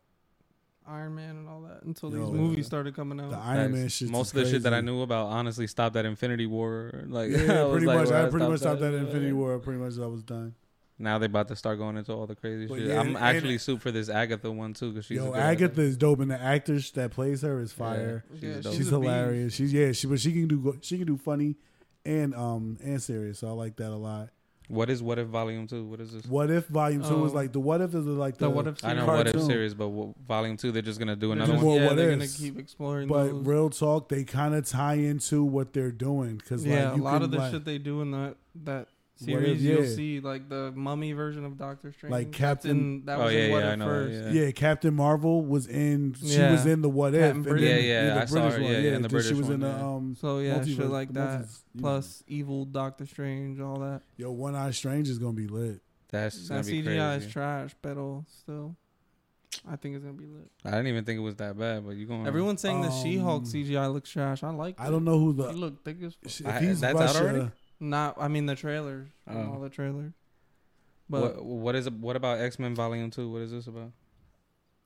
Iron Man and all that until
Yo,
these movies
yeah.
started coming out.
the Iron Man
that's-
shit.
Most of the shit that I knew about honestly stopped at Infinity War. Like I
Yeah,
was
pretty
like,
much.
well,
I pretty much stopped at
that.
Infinity War. Pretty much, I was done.
Now they're about to start going into all the crazy
But
shit.
yeah,
I'm
and-
actually sued for this Agatha one too because she's a
Yo,
good
Agatha
actor.
is dope, and the actress that plays her is fire.
Yeah, she's
Yeah,
dope.
She's,
She's a
hilarious. She's yeah, she but she can do go- she can do funny and um and serious. So I like that a lot.
What is What If Volume Two? What is this?
What if Volume Two was
Oh.
like the What if is like
the
the,
What If
I know
series.
What If
cartoon.
series, but what, Volume Two they're just gonna do another
just
one.
more
yeah,
what
they're gonna
ifs.
keep exploring.
But
those.
real talk, they kind of tie into what they're doing because like,
yeah,
you
a lot
can,
of the
like,
shit they do in that that
What
series,
if-
you'll
yeah.
see like the mummy version of Doctor Strange,
Like
That's
Captain-
in- that
Oh
was
yeah,
in What
yeah, I
If
know.
first.
yeah.
Yeah, Captain Marvel was in. She
Yeah.
was in the What If.
Captain Britain.
then
Yeah, yeah, I saw her, yeah, and the
then
British
she was
one,
in the
yeah.
um.
So yeah, shit
multiverse-
like
the
that.
multiverse, you know.
Plus, evil Doctor Strange, all that.
yo, One Eye Strange is gonna be lit.
That's just
That
gonna be
CGI
crazy.
is trash, but oh, still, I think it's gonna be lit.
I didn't even think it was that bad, but you going
Everyone's saying the She-Hulk
Um,
CGI looks trash. I like.
I don't know who
Know.
the.
He looked thick as
If
fuck.
I-
he's
that's out
Russia,
already?
Not. I mean the trailers. I don't
Oh.
know the trailer. But
What, what is what about X Men Volume Two? What is this about?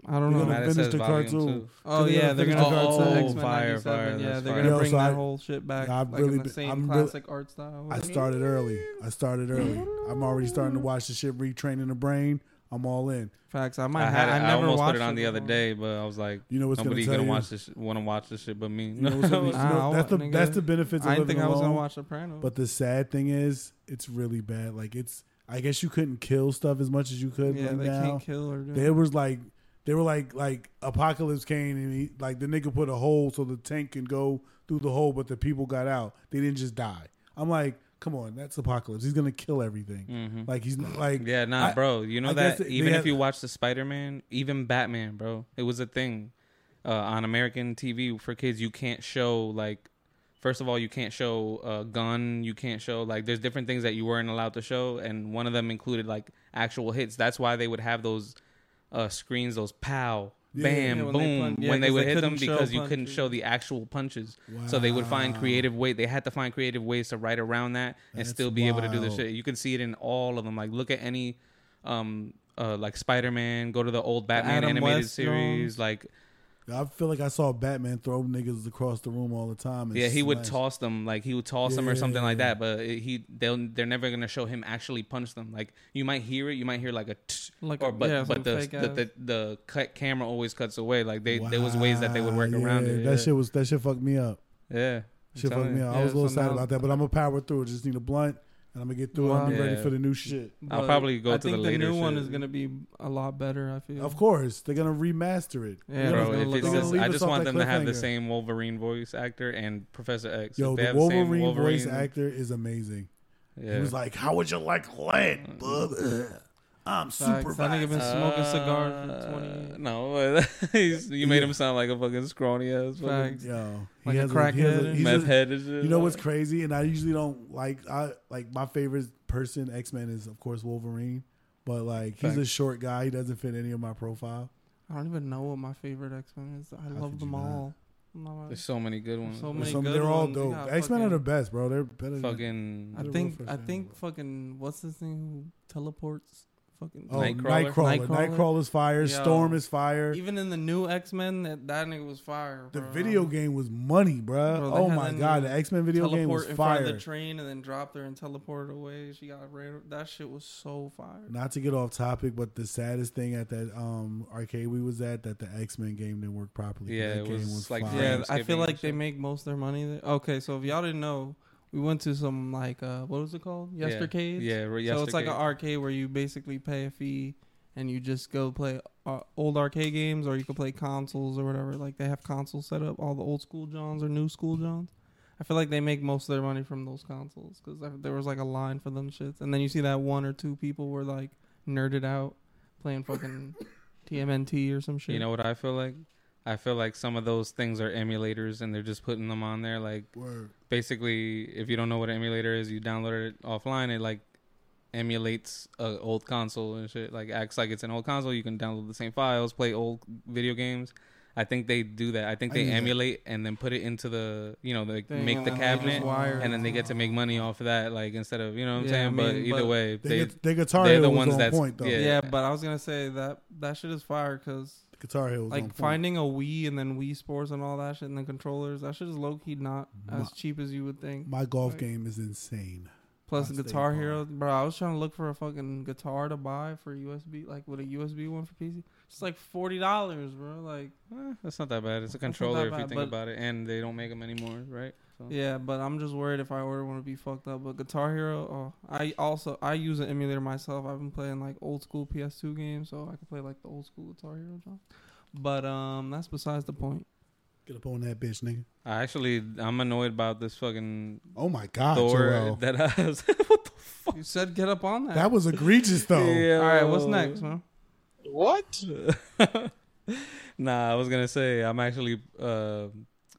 I don't
We're
know.
gonna
Nah, that
finish
says
the
Volume
cartoon.
Two.
oh
they're gonna
yeah, they're
finish
gonna
the
go
cartoons.
to
Oh,
X Men
fire, fire,
'97. Yeah,
that's
they're gonna
fire. Yo,
bring
so
that
I-
whole shit back,
I've
like
really
in the
been-
same
I'm really-
classic art style.
I started early. I started early. I'm already starting to watch the shit, retraining the brain. I'm all in.
Facts. I might.
I
I,
had it,
I
I,
never
almost
watched
put it on the other
before.
day, but I was like,
You know what's
nobody gonna
gonna, tell you?
watch this, want to watch this shit, but me.
You know what's gonna be-
Nah, I
that's the
wouldn't,
that's
nigga.
the benefits of
I didn't
living
think I was gonna
alone.
watch Sopranos.
But the sad thing is, it's really bad. Like it's, I guess you couldn't kill stuff as much as you could.
yeah,
right
they
now.
can't kill or do.
There was like they were like like apocalypse Kane and he like the nigga put a hole so the tank can go through the hole, but the people got out. They didn't just die. I'm like, come on, that's apocalypse. He's gonna kill everything.
Mhm.
Like he's not- like
Yeah, nah,
I-
bro. You know
I guess
that
they- they
even if
have-
you watch the Spider Man, even Batman, bro, it was a thing uh, on American TV for kids. You can't show like, first of all, you can't show a gun. You can't show like, there's different things that you weren't allowed to show, and one of them included like actual hits. That's why they would have those uh, screens, those pow.
Yeah.
Bam,
Yeah, when they
boom!
punch- yeah,
when they
'cause
would
they
hit them
couldn't show
because you couldn't
punches.
show the actual punches, so they would find
Wow.
creative way. They had to find creative ways to write around that and
That's
still be able to do the
wild.
shit. You can see it in all of them. Like look at any um uh like Spider-Man, go to the old Batman
Adam
animated
West
series
Jones.
like
I feel like I saw Batman throw niggas across the room all the time. and
yeah, he would
smash-
toss them like he would toss them or something like
Yeah.
that, but it, he they'll they're never going to show him actually punch them. Like you might hear it, you might hear like a tsh,
Like
or
a-
but
yeah,
but
some
the
fake
the,
ass.
the the cut camera always cuts away. Like they there was ways that they would work
Wow,
around
Ah, yeah.
it.
That
yeah.
shit was that shit fucked me up.
yeah. I'm
Shit
telling
fucked me
you.
up.
Yeah,
I was a little
so
sad
now-
about that, but I'm gonna power through. it. Just need a blunt, and I'm gonna get through. it. I'm
Wow.
gonna be ready
Yeah.
for the new shit.
I'll
But
probably go
I
to the
think
later
new one
shit.
is gonna be a lot better. I feel.
Of course, they're gonna remaster it.
Yeah,
Bro,
gonna
if
look
it's
all-
just,
Leave
I
us
just
off
want
that
them to have the
cliffhanger.
same Wolverine voice actor and Professor X.
Yo,
If
the
have same
Wolverine, voice actor is amazing.
yeah.
He was like, "How would you like lead, bub? Ugh. I'm
Facts.
super."
That nigga been smoking
Uh,
cigar for 20 years.
No, he's, you made
Yeah.
him sound like a fucking scrawny ass fucking
Facts.
Yo, he
Like
has he
a
has
crackhead and-
he's
meth
a-
head and shit.
You know what's
Like,
crazy? And I usually don't like. I like my favorite person X Men is of course Wolverine, but like he's a
Facts.
short guy. He doesn't fit any of my profile.
I don't even know what my favorite X Men is. I
could
love
you
them
not?
all. I'm not-
There's so many good ones.
so
There's
many
some-
good
they're all
ones. They
dope.
got
X Men are the
fucking-
best, bro. They're better. Than,
fucking.
I
They're
think
real
I
fresh
think fucking what's his name who teleports fucking.
Oh,
Nightcrawler?
Nightcrawler. Nightcrawler.
Nightcrawler?
is fire.
Yo.
Storm is fire.
Even in the new X Men, that, that nigga was fire.
The
bro.
video game was money, bruh.
Bro, they
oh
had
my
that
god,
nigga
the X Men video game was
Teleport in front
fire.
of the train and then dropped her and teleported away. She got rid. That shit was so fire.
Not to get off topic, but the saddest thing at that um arcade we was at that the X Men game didn't work properly.
Yeah,
that
it
game
was like-
fire.
Yeah,
Frames
I feel
giving
like they
shit.
make most of their money there. Okay, so if y'all didn't know, we went to some like uh what was it called?
Yeah.
Yestercades.
Yeah, re-
So it's like an
Yestercades.
arcade where you basically pay a fee and you just go play uh, old arcade games, or you can play consoles or whatever. Like they have consoles set up, all the old school Johns or new school Johns. I feel like they make most of their money from those consoles because there was like a line for them shits, and then you see that one or two people were like nerded out playing fucking TMNT or some shit.
You know what I feel like? I feel like some of those things are emulators and they're just putting them on there. Like
Word.
basically, if you don't know what an emulator is, you download it offline. It like emulates a old console and shit. Like acts like it's an old console. You can download the same files, play old video games. I think they do that. I think
I
they
use that.
emulate and then put it into the you know they
Thing
make the
and then they just
cabinet
wire
and then they get to make money off of that. Like instead of you know what I'm
Yeah,
saying.
I
but
mean,
either
but
way,
They,
they, eh,
get- they Guitar
they're
Hero
the
was
ones
on
that's-
point though.
yeah.
Yeah. but I was gonna say that that shit is fire because
Guitar Hero was on
like
point.
finding a Wii and then Wii Sports and all that shit and the controllers. That shit is low key not
Ma-
as cheap as you would think.
My golf
Like-
game is insane.
Plus
I'd
the
say
Guitar
bar.
Hero, bro. I was trying to look for a fucking guitar to buy for USB, like with a USB one for PC. It's like forty dollars, bro. Like
eh, that's not that bad. It's a
That's not that
controller if you
bad,
think
but-
about it, and they don't make them anymore, right? So.
yeah, but I'm just worried if I order one to be fucked up. But Guitar Hero, oh, I also I use an emulator myself. I've been playing like old school PS2 games, so I can play like the old school Guitar Hero. John. But um, that's besides the point.
Get up on that bitch, nigga.
I actually, I'm annoyed about this fucking
Oh my god,
Thor uh,
Joel.
that has.
You said get up on that.
That was egregious though.
Yeah.
All right, what's next, man?
What?
nah, I was gonna say I'm actually uh,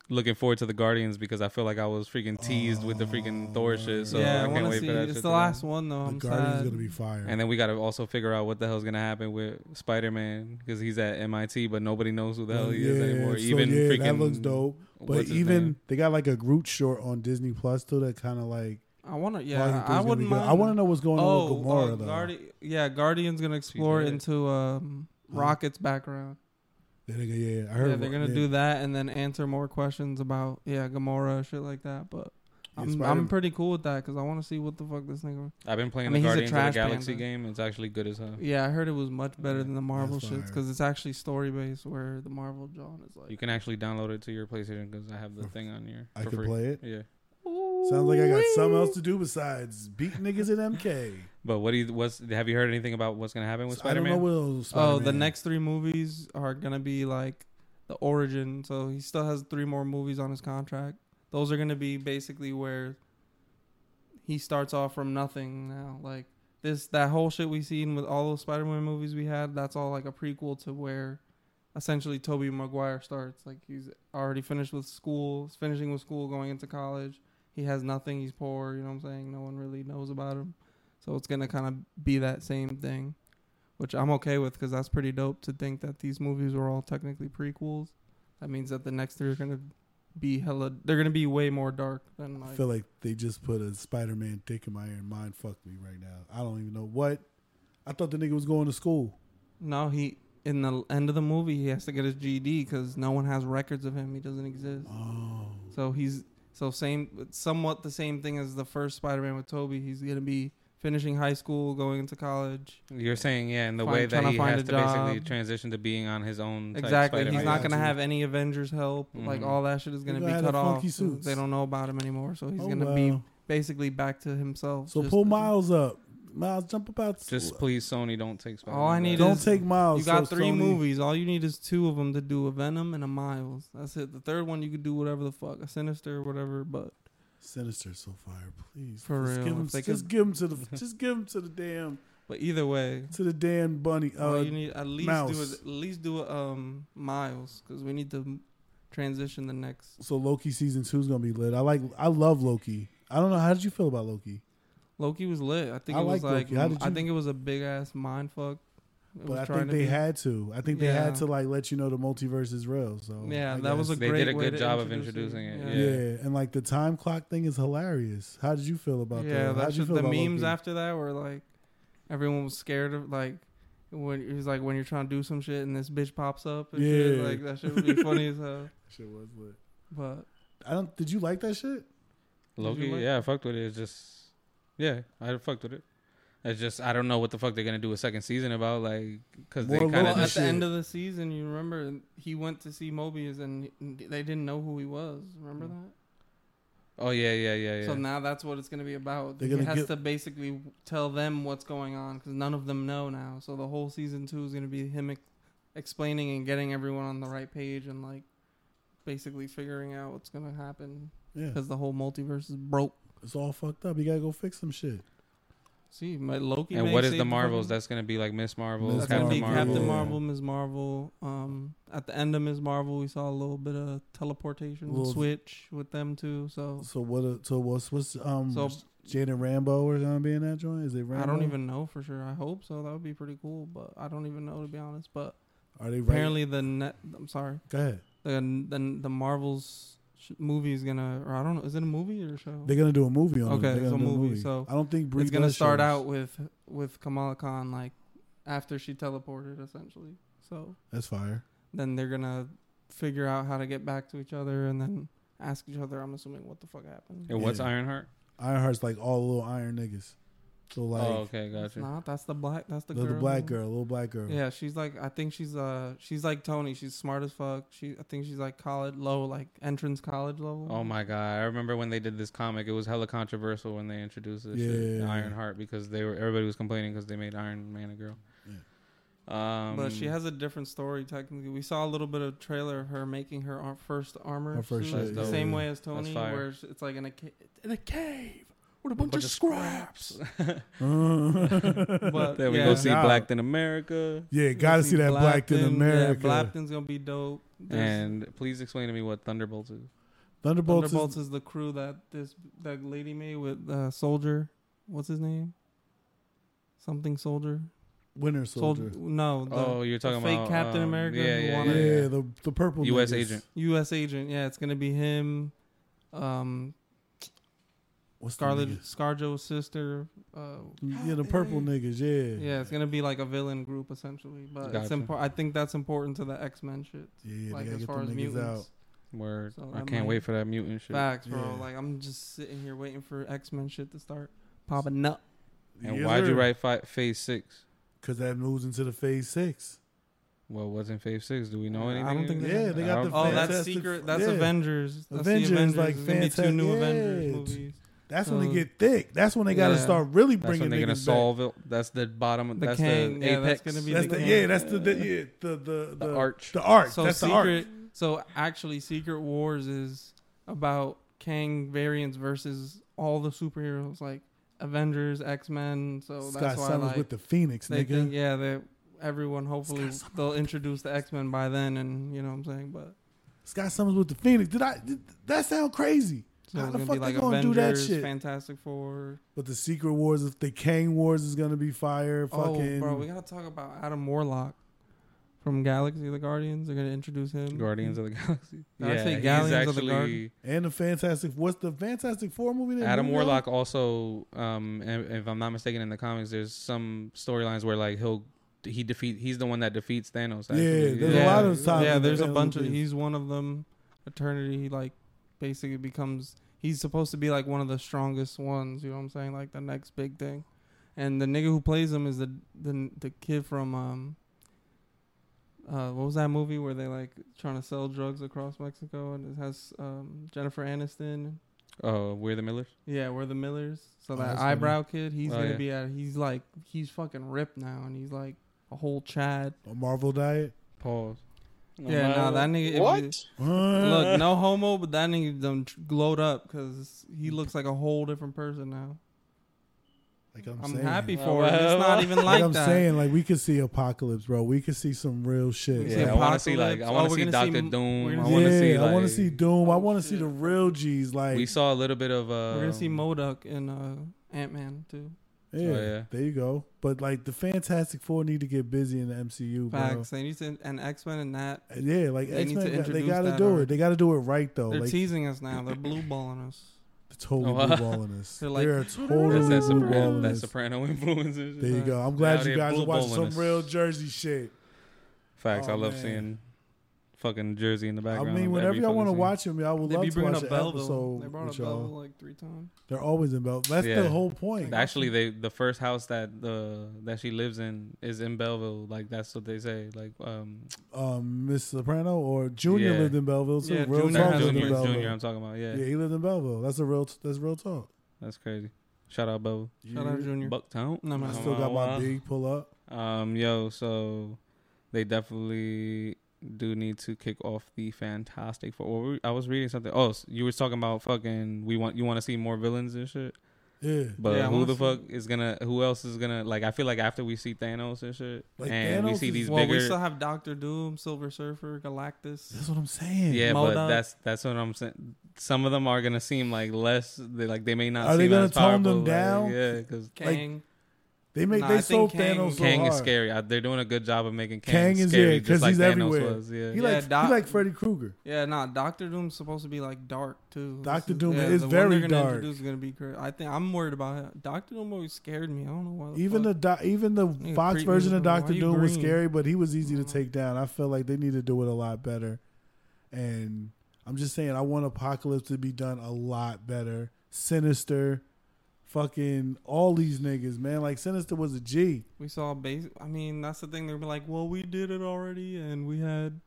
looking forward to the Guardians because I feel like I was freaking teased with the freaking Thor
Oh,
shit. So I
yeah, I,
can't
want to
wait
see.
for that.
It's
shit
the
to-
last one though.
The
I'm
Guardian's
sad.
gonna be fire.
And then we gotta also figure out what the hell's gonna happen with Spider Man because he's at MIT, but nobody knows who the hell he is anymore.
so
even
yeah,
freaking
that looks dope. But
what's his
even
name?
they got like a Groot short on Disney Plus too. That kind of like
I want to.
probably
Yeah,
think it's
I
gonna be
wouldn't
good.
mind.
I want to know what's going on
Oh,
with Gamora
uh,
though.
Guardi- yeah, Guardian's gonna explore
did it.
into um,
Mhm.
Rocket's background.
That nigga, yeah, I heard
Yeah, they're gonna
yeah.
do that and then answer more questions about yeah Gamora shit like that. But
Yeah,
I'm
Spider-Man.
I'm pretty cool with that because I want to see what the fuck this nigga.
I've been playing
I mean,
the
he's a
Guardians of the
trash
Galaxy
panda.
game. It's actually good as hell.
Yeah, I heard it was much better than the Marvel
That's
shits
fire.
because it's actually story based where the Marvel John is
You
like.
can actually download it to your PlayStation because I have the thing on here.
I
for
could
free.
play it.
Yeah.
Sounds like I got something else
"Ooh-wee."
to do besides beat niggas at MK.
But what do you what's have you heard anything about what's gonna happen with
I
Spider
don't know
Man?
what else.
Oh, the
Spider-Man.
next three movies are gonna be like the origin. So he still has three more movies on his contract. Those are gonna be basically where he starts off from nothing now. Like this, that whole shit we seen with all those Spider-Man movies we had. That's all like a prequel to where essentially Tobey Maguire starts. Like he's already finished with school, he's finishing with school, going into college. He has nothing. He's poor. You know what I'm saying? No one really knows about him. So it's gonna kind of be that same thing, which I'm okay with because that's pretty dope to think that these movies were all technically prequels. That means that the next three are gonna be hella. They're gonna be way more dark than
I
like.
feel like they just put a Spider Man dick in my ear and mind fucked me right now. I don't even know what. I thought the nigga was going to school.
no, he in the end of the movie he has to get his GED because no one has records of him. He doesn't exist.
Oh,
So he's so same, somewhat the same thing as the first Spider-Man with Toby. He's gonna be finishing high school, going into college.
You're saying yeah, and the
Find-
way that
tryna
he
find
has
a
to basically
job.
transition to being on his own. type
Exactly. He's
Spider-Man.
not
Yeah,
gonna
too.
have any Avengers help. Like
Mhm.
all that shit is gonna
gonna
be
have
cut
the
off.
funky suits.
They don't know about him anymore, so he's
Oh,
gonna be
well.
basically back to himself.
So
just
pull
as-
Miles up. Miles, jump about.
Just please, Sony, don't take Spider-Man.
All I
back.
need
don't
is-
take Miles.
You got
So
three
Sony-
movies. All you need is two of them to do a Venom and a Miles. That's it. The third one you could do whatever the fuck, a Sinister, or whatever. But
Sinister so far, please.
For
just
real,
give
if
him,
they
just
could-
give him to the, just give him to the damn,
but either way,
to the damn bunny. Uh,
Well, you need at least do
Mouse.
it, at least do a, um Miles because we need to m- transition the next.
so Loki season two is gonna be lit. I like, I love Loki. I don't know how did you feel about Loki,
Loki was lit. I think
I
it was
like
like
Loki. How did
I
you-
think it was a big ass mind fuck. It was
but I
trying
think
to
they
be-
had to. I think they had
Yeah.
to like let you know the multiverse is real. So
Yeah,
I
that was a
guess.
They
great
did a
way
good
to
job of
introduce
introducing
yeah.
it, yeah.
and like the time clock thing is hilarious. How did you feel about
yeah,
that? How
that's
did you
just
feel
the
about
memes
Loki?
after that were like everyone was scared of like when it was like when you're trying to do some shit and this bitch pops up and
Yeah.
shit. Like that shit would be funny as hell.
Shit was lit.
But
I don't. Did you like that shit?
Did
Loki,
you like-
yeah, I fucked with it. It's just, yeah, I fucked with it. It's just I don't know what the fuck they're gonna do a second season about, like, because they
More
kind
Loki
of
well, at
just
the
shit.
end of the season, you remember he went to see Mobius and they didn't know who he was. Remember that?
oh yeah yeah yeah yeah.
So now that's what it's going to be about.
They're
He
gonna
has
get-
to basically tell them what's going on because none of them know now. So the whole season two is going to be him ex- explaining and getting everyone on the right page and like basically figuring out what's going to happen
Yeah,
because the whole multiverse is broke.
it's all fucked up. You gotta go fix some shit.
See, my Loki.
and
may
what is
save
the Marvels?
fucking-
That's gonna be like Miss Marvel,
That's
that's
Captain
going to be
Marvel.
Captain
Yeah.
Marvel, Ms. Marvel. Um, at the end of Ms. Marvel, we saw a little bit of teleportation
Little-
switch with them too. So,
So what? uh, So what's what's um
so
Jaden Rambo or gonna be in that joint? Is it Rambo?
I don't even know for sure. I hope so. That would be pretty cool, but I don't even know to be honest. But
Are they apparently?
apparently the net, I'm sorry,
Go ahead.
the the the Marvels sh- movie is gonna, or I don't know, is it a movie or a show?
They're gonna do a movie on.
Okay,
it. They're
it's
gonna
a
do
movie, so
I don't think Brie
it's gonna
does
start
shows.
out with with Kamala Khan like after she teleported essentially. So
That's fire.
then they're gonna figure out how to get back to each other and then ask each other. I'm assuming what the fuck happened.
And what's
Yeah.
Ironheart?
Ironheart's like all little iron niggas. So like
oh okay,
That's
gotcha.
not. That's the black. That's the,
the,
girl.
the black girl, little black girl.
Yeah, she's like I think she's uh she's like Tony. She's smart as fuck. She I think she's like college low, like entrance college level.
Oh my god! I remember when they did this comic. It was hella controversial when they introduced this shit,
Yeah.
Ironheart, because they were everybody was complaining because they made Iron Man a girl. Um,
But she has a different story technically. We saw a little bit of trailer of her making her ar- first armor.
Her first
suit,
shit,
the
yeah.
same way as Tony,
fire.
where it's like in a ca- in a cave with a
bunch
bunch,
of
of scraps.
but
But-
There we
Yeah.
go. See
Nah.
Blacked in America.
yeah, gotta see that black in America.
Yeah, Blapton's gonna be dope. There's-
And please explain to me what Thunderbolts is.
Thunderbolts. is-
Thunderbolts is the crew that this that lady made with uh, Soldier. What's his name? Something Soldier.
Winter Soldier.
Soldier. No. The,
oh, you're talking
fake
about
Captain
um,
America
Yeah,
who
yeah,
yeah,
wanted-
yeah, yeah.
the the purple
U.S.
niggas.
agent.
U.S. agent. Yeah, it's gonna be him. Um,
What's the
Scarlet
niggas?
Scarjo's sister. Uh,
Yeah, the purple niggas. Yeah.
yeah, it's gonna be like a villain group essentially, but it's
Gotcha.
important. I think that's important to the X Men shit.
Yeah,
like
they gotta
as
get
far
them
as
niggas
mutants,
out.
Word.
So
I
that
can't
might-
wait for that mutant shit.
facts, bro.
Yeah.
Like I'm just sitting here waiting for X Men shit to start popping up.
And
Yes,
why'd
sir.
you write fi- Phase Six?
Cause that moves into the phase six.
Well, what's in Phase Six? Do we know
I
anything?
don't think
yet?
Yeah,
that-
they got the.
Um,
Oh, that's
Fantastic-
secret. That's
yeah.
Avengers. That's
Avengers,
the Avengers.
like,
Like gonna be two
fantastic-
new
yeah,
Avengers
it's-
movies.
That's when they
So-
get thick. That's when they got to
Yeah.
start really
That's when
bringing
they're
niggas
gonna
back.
solve it. That's the bottom.
The
that's
Kang,
the
yeah,
apex.
that's gonna be
That's
the
the
game.
yeah. That's the the yeah, the the
the arch.
The arc.
So
that's the arc.
secret. So actually, Secret Wars is about Kang variants versus all the superheroes like Avengers, X Men. So
Scott
that's why
Summers
like
with the Phoenix,
they
nigga.
think yeah that everyone hopefully they'll introduce the X Men by then, and you know what I'm saying. But
Scott Summers with the Phoenix. Did I? Did, that sound crazy.
so
How
it's
the
gonna
fuck
be
they
like
gonna do that
Avengers,
shit?
Fantastic Four.
But the Secret Wars, the Kang Wars is gonna be fire. Fucking
Oh, bro, we gotta talk about Adam Warlock from Galaxy of the Guardians. They're gonna introduce him.
Guardians of the Galaxy.
Did I say
he's
Guardians of the
actually-
Guardian?
and the Fantastic. What's the Fantastic Four movie? That
Adam
moved out?
Warlock also, um, and- if I'm not mistaken, in the comics, there's some storylines where like he'll he defeat he's the one that defeats Thanos.
Yeah,
actually.
there's a
yeah.
lot of times
Yeah,
that
there's
they
a
don't
bunch of.
do-
He's one of them. Eternity, he like basically becomes. He's supposed to be like one of the strongest ones. You know what I'm saying? Like the next big thing. And the nigga who plays him is the the the kid from um. Uh, what was that movie where they like trying to sell drugs across Mexico and it has um, Jennifer Aniston?
Oh, we're the Millers.
Yeah, we're the Millers. So
Oh,
that
that's funny.
eyebrow kid, he's
Oh,
gonna
yeah.
be at. He's like he's fucking ripped now, and he's like a whole Chad.
a Marvel diet.
Pause.
Yeah, no, that nigga. What?
Uh.
Look, no homo, but that nigga done tr- glowed up because he looks like a whole different person now.
like I'm,
I'm
saying.
happy
Well,
for him.
Oh, well,
It's not even
Like,
like,
I'm
that.
saying, like we could see apocalypse, bro. We could see some real shit.
Yeah,
Yeah, I
Like,
want to see like I
Apocalypse.
want
Oh,
to
we're
see
gonna see
Doctor
m-
Doom.
we're
I
gonna
want to
yeah,
see. Like,
I want to see Doom. I
Oh,
want to see
shit.
the real G's. Like
we saw a little bit of. Uh,
We're gonna see Modoc in uh, Ant Man too.
Yeah,
Oh, yeah.
there you go. But like the Fantastic Four need to get busy in the MCU, bro.
Facts. They need to and X Men and that.
And Yeah, like
They
X
need to
Men, they
introduce
got to
that
do
or-
it. They got to do it right though.
They're
like
teasing us now. They're blue balling us.
totally
Oh, wow.
blue balling us.
They're like,
they are totally
That's
blue
that, soprano,
balling
that
us.
soprano influences.
There you go. I'm glad
out
you
here
guys
blue
are watching
balling
some
us.
real Jersey shit.
Facts.
Oh,
I love
man.
seeing fucking Jersey in the
I
background.
mean,
of
whenever
every
y'all
fucking
want to
scene.
watch them, y'all would
They
love
be
to
bringing
watch
up
an
Belleville.
episode
They brought up
with y'all.
Belleville like three times.
They're always in Belleville. That's the
Yeah.
whole point.
Actually, they the first house that the that she lives in is in Belleville. Like that's what they say. Like um,
Um, Miss Soprano or Junior
Yeah.
lived in Belleville too.
Yeah,
real
Junior
talk
no,
has
lived in
junior,
Belleville.
junior, I'm talking about. Yeah,
Yeah, he lived in Belleville. That's a real. That's real talk.
that's crazy. Shout out Belleville,
Shout out Junior.
Bucktown.
No, no,
I
no.
still got my big pull up.
Um, yo, so they definitely do need to kick off the Fantastic Four. What were we- I was reading something. Oh, s- you were talking about fucking. We want you want to see more villains and shit.
Yeah,
But
Yeah, I
who
wanna
the
see-
fuck is gonna? Who else is gonna? Like, I feel like after we see Thanos and shit,
Like,
and we
Thanos
see
is-
these
Well,
bigger.
we still have Doctor Doom, Silver Surfer, Galactus.
that's what I'm saying.
yeah,
Modok.
but that's that's what I'm saying. Some of them are gonna seem like less. They like they may not.
Are they
seem
gonna
as
tone them
powerful, like,
down?
yeah, because
Like,
Kang.
they make
Nah, I
they
think
sold
Kang-
Thanos so
Kang
hard.
is scary. I, they're doing a good job of making Kang,
Kang is-
scary,
yeah, 'cause
just like
he's
Thanos
everywhere.
was. Yeah,
He
Yeah,
like
Doc-
he like Freddy Krueger.
yeah, nah. Doctor Doom's supposed to be like dark too. This
Doctor Doom
yeah,
is
the one
very
they're gonna
dark.
Introduce is gonna be crazy. I think I'm worried about it. Doctor Doom always scared me. I don't know why. The
Even
fuck.
the doc, even the
Nigga,
Fox
creep me
version of
with the- why
Doctor
you
Doom was
green? Mm.
scary, but he was easy to take down. I felt like they need to do it a lot better, and I'm just saying I want Apocalypse to be done a lot better. Sinister, fucking all these niggas, man. Like Sinister was a G.
we saw base. I mean, that's the thing. They're be like, well, we did it already, and we had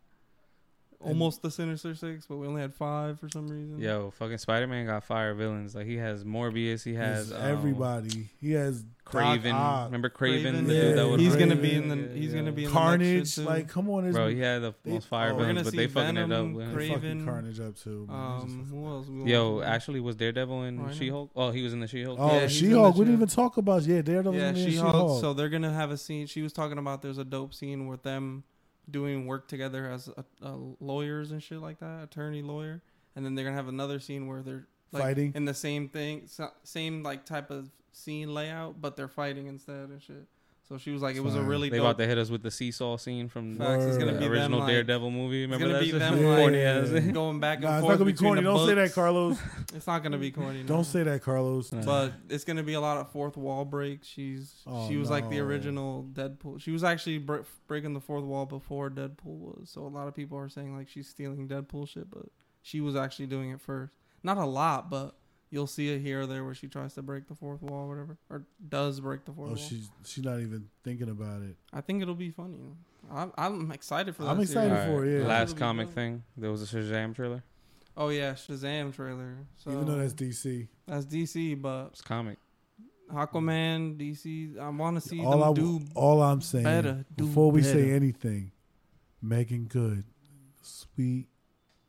almost the Sinister Six, but we only had five for some reason.
Yo, fucking Spider Man got fire villains. Like he has Morbius, he has
He's
um,
everybody. He has Doc
Craven.
Ock,
Remember Craven?
Craven,
the
yeah.
dude that was
He's gonna
Craven?
be in
the- he's gonna be in-
Carnage.
too.
Like, come on,
Bro,
it's-
he had the
They-
most fire
oh, we're
villains,
gonna
but
see
they fucking
Venom,
it up.
they
With
Craven.
fucking Carnage up too. man. He's
Um,
just a-
who else? We gonna
Yo,
see?
actually, was Daredevil in
Ryan.
She Hulk? Oh, he was in the She Hulk.
Oh,
Yeah, he's in
She Hulk.
the
We didn't
show.
even talk about. Yeah, Daredevil's
Yeah,
in
she
She
Hulk.
Hulk.
So they're gonna have a scene. She was talking about there's a dope scene with them doing work together as uh uh lawyers and shit like that, attorney lawyer. And then they're gonna have another scene where they're like,
Fighting?
in the same thing, so- same like type of scene layout, but they're fighting instead and shit. So she was like, it was a
Fire.
they
really
about
dope.
to hit us with the seesaw scene from
Facts,
it's
the
gonna be
original
them, like-
Daredevil movie.
It's
Remember
gonna
that?
be
shit?
them
Yeah,
like,
yeah, yeah.
going back and
Nah, it's
forth.
not gonna be
between
corny.
the
Don't say that,
books.
Carlos.
It's not gonna be corny. no.
Don't say that, Carlos.
But it's gonna be a lot of fourth wall breaks. She's
Oh,
she was like the
no.
original Deadpool. She was actually br- breaking the fourth wall before Deadpool was. So a lot of people are saying like she's stealing Deadpool shit, but she was actually doing it first. Not a lot, but you'll see it here or there where she tries to break the fourth wall, or whatever, or does break the fourth
Oh,
wall.
she's she's not even thinking about it.
I think it'll be funny. I'm, I'm excited for that.
I'm
All
excited
series.
right,
for it, yeah.
It'll
Last
be
comic
dope.
thing. There was a Shazam trailer.
Oh yeah, Shazam trailer. So
even though that's DC.
that's DC, but
It's comic.
Aquaman, DC. I want to see
all I
them do
all I'm saying
better, do
before we say
better.
anything, Megan Good, sweet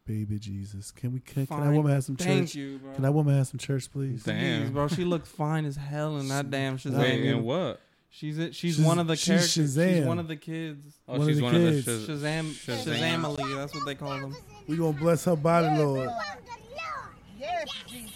baby Jesus. Can we can, can that
Fine.
woman have some
Thank
church?
you, bro.
Can that woman have some church, please?
Damn.
Jeez, bro, she looked fine as hell in that damn Shazam.
Wait, and what? Oh,
she's it. She's,
She's-
one of the
she's
characters. She's
Shazam.
one of the kids.
Oh,
One of
she's
the
one of
kids.
the Shaz-
Shazam,
Shazam.
Shazamali. That's what they call them.
We gonna bless her body, Lord.
Yes, Jesus.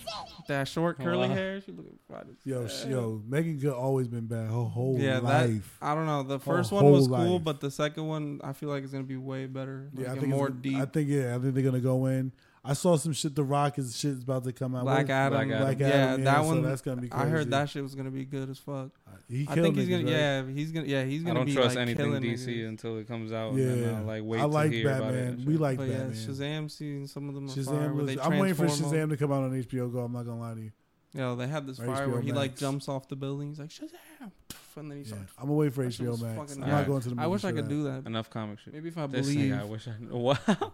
That short curly
Wow.
hair. She looking fine as
Yo, sh
hell.
yo, Megan Good always been bad her whole
Yeah, that.
life.
I don't know. The
Her
first one was
whole
cool,
life.
but the second one I feel like is gonna be way better. Like,
yeah, I
and
think it's
more
gonna-
deep.
I think yeah, I think they're gonna go in. I saw some shit. The Rock is shit is about to come out.
Black
What is-
Adam.
Black Adam.
Black
Yeah,
Adam,
that
so
one.
that's gonna be
I
crazy.
heard that shit was gonna be good as fuck.
He
I
killed
think he's
niggas,
gonna.
right?
Yeah, he's gonna. Yeah,
I
he's gonna.
don't
be
trust
like,
anything
killing
DC
niggas.
until it comes out.
Yeah,
and then I like wait
I
to
like
hear about it.
Batman.
and shit.
we like
But yeah,
Batman.
Shazam season some of them are fire.
Shazam
where
was,
they
I'm waiting for
transform
Shazam to come out on HBO Go. I'm not gonna lie to you.
Yo, they had this
Or
fire
HBO
where he like
Max.
jumps off the building. He's like Shazam, and then he's
Yeah.
like,
I'm gonna wait for
that shit
HBO
was
Max. I'm
fucking
not
alright.
going to the movie
I wish
for
I could
that.
do that.
Enough comic shit. Oh.
Maybe if I
This
believe.
thing, I wish I knew. Wow.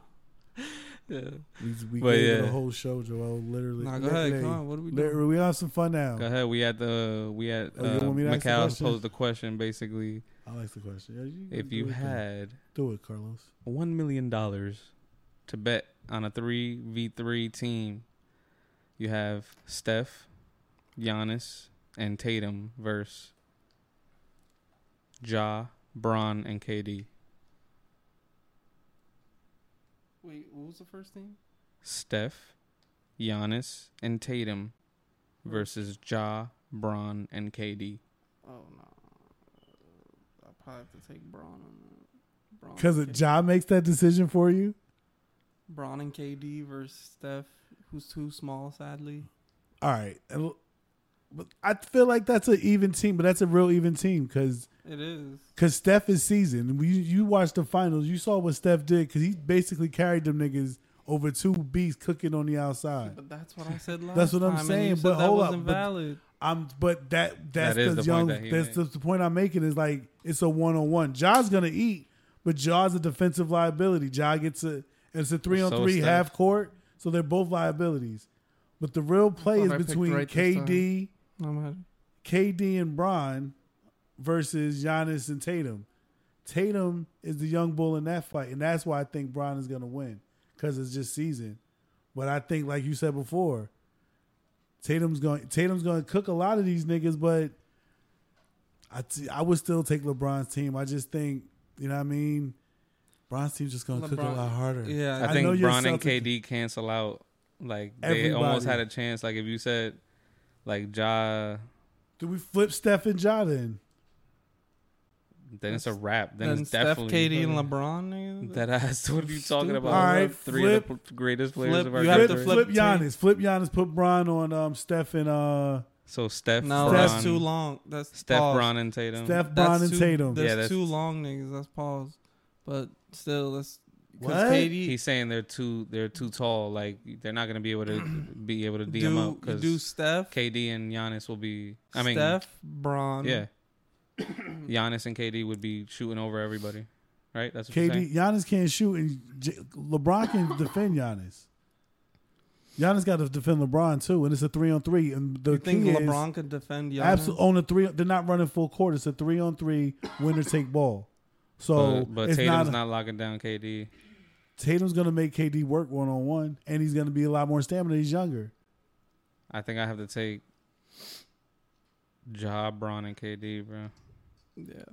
yeah.
We, we
But
gave it a
yeah.
whole show, Joel. Literally.
Nah, go ahead.
Literally.
Come on. What are we doing?
Literally, we have some fun now.
Go ahead. We had the we had
Oh, you
uh,
want me to ask the
Mikal
question?
posed the question basically:
I like the question. Yeah, you can
If
do
you
it, then.
had
do it, Carlos.
Oh,
one million dollars to bet on a three v three team, you have Steph, Giannis, and Tatum versus Ja, Bron, and KD.
Wait, what was the first thing?
Steph, Giannis, and Tatum versus Ja, Bron, and KD.
Oh no. I probably have to take Braun on that. Braun.
Because
and K-
John makes that decision for you.
Braun and KD versus Steph, who's too small, sadly.
All right. And l- but I feel like that's an even team, but that's a real even team because
It is.
because Steph is seasoned. We you watched the finals, you saw what Steph did because he basically carried them niggas over two beats cooking on the outside.
But that's what I said last
That's what I'm
time, and
saying,
you said
but
that
hold up,
wasn't
but-
valid.
I'm but that that's
That is
the
the point
young
that he
that's
made.
the, the point I'm making is like it's a one on one. Ja's gonna eat, but Ja's a defensive liability. Ja gets a it's a three on
So is
three
Steph.
half court, so they're both liabilities. But the real play
thought
is
I picked
between
right this time.
KD.
I'm at-
KD and Bron versus Giannis and Tatum. Tatum is the young bull in that fight, and that's why I think Bron is going to win because it's just season. But I think, like you said before, Tatum's going Tatum's going to cook a lot of these niggas. But I t- I would still take LeBron's team. I just think you know what I mean. Bron's team's just going to cook a
LeBron-
lot harder.
Yeah,
I
I
think
know you're
Bron and
Celtic-
KD cancel out. Like they almost
Everybody.
had a chance. Like if you said, like Ja,
Do we flip Steph and Ja then?
then it's a wrap. Then,
then
it's
Steph,
definitely
KD, and LeBron. nigga?
That ass. What are you talking
Stupid.
about?
All right,
three of the p- greatest players
flip,
of our
you have to
generation.
flip
Flip Giannis. Flip Giannis. Put Bron on um, Steph and uh,
So Steph,
no,
Bron,
that's too long. That's
Steph,
pause.
Bron, and Tatum.
Steph,
That's
Bron, and
too-
Tatum.
Yeah,
There's
that's-
two long niggas. That's pause. But still, that's
What?
because KD
He's saying they're too they're too tall. Like they're not gonna be able to be able to
do,
DM
you
up because
do Steph,
KD and Giannis will be. I mean,
Steph, Bron.
yeah, Giannis and KD would be shooting over everybody, right? That's what you're saying?
KD, Giannis can't shoot, and J- LeBron can defend Giannis. Giannis got to defend LeBron too, and it's a three on three. And the
You think
key
LeBron could defend
is
Giannis?
absolutely on a three. They're not running full court. It's a three on three, winner take ball. So,
but, but
it's
Tatum's
not,
not, locking down KD.
Tatum's going to make KD work one on one, and he's going to be a lot more stamina. He's younger.
I think I have to take Ja, Bron, and KD, bro.
Yeah,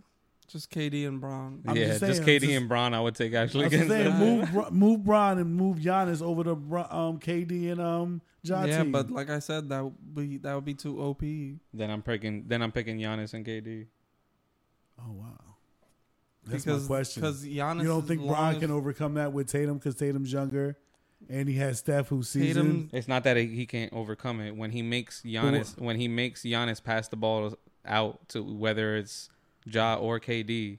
just KD and Bron.
I'm
yeah,
just
just,
saying,
KD
just-
and Bron. I would take actually.
I'm just
against
saying,
them.
move Bron- move Bron and move Giannis over to Bron- um, KD and um, John.
yeah, but like I said, that would be that would be too op.
Then I'm picking. Then I'm picking Giannis and KD.
oh wow, that's
because
my question.
Because Giannis,
You don't think
is long
Bron
as-
can overcome that with Tatum because Tatum's younger, and he has Steph who's seasoned.
Tatum
It's not that he can't overcome it when he makes Giannis when he makes Giannis pass the ball out to whether it's Ja or KD.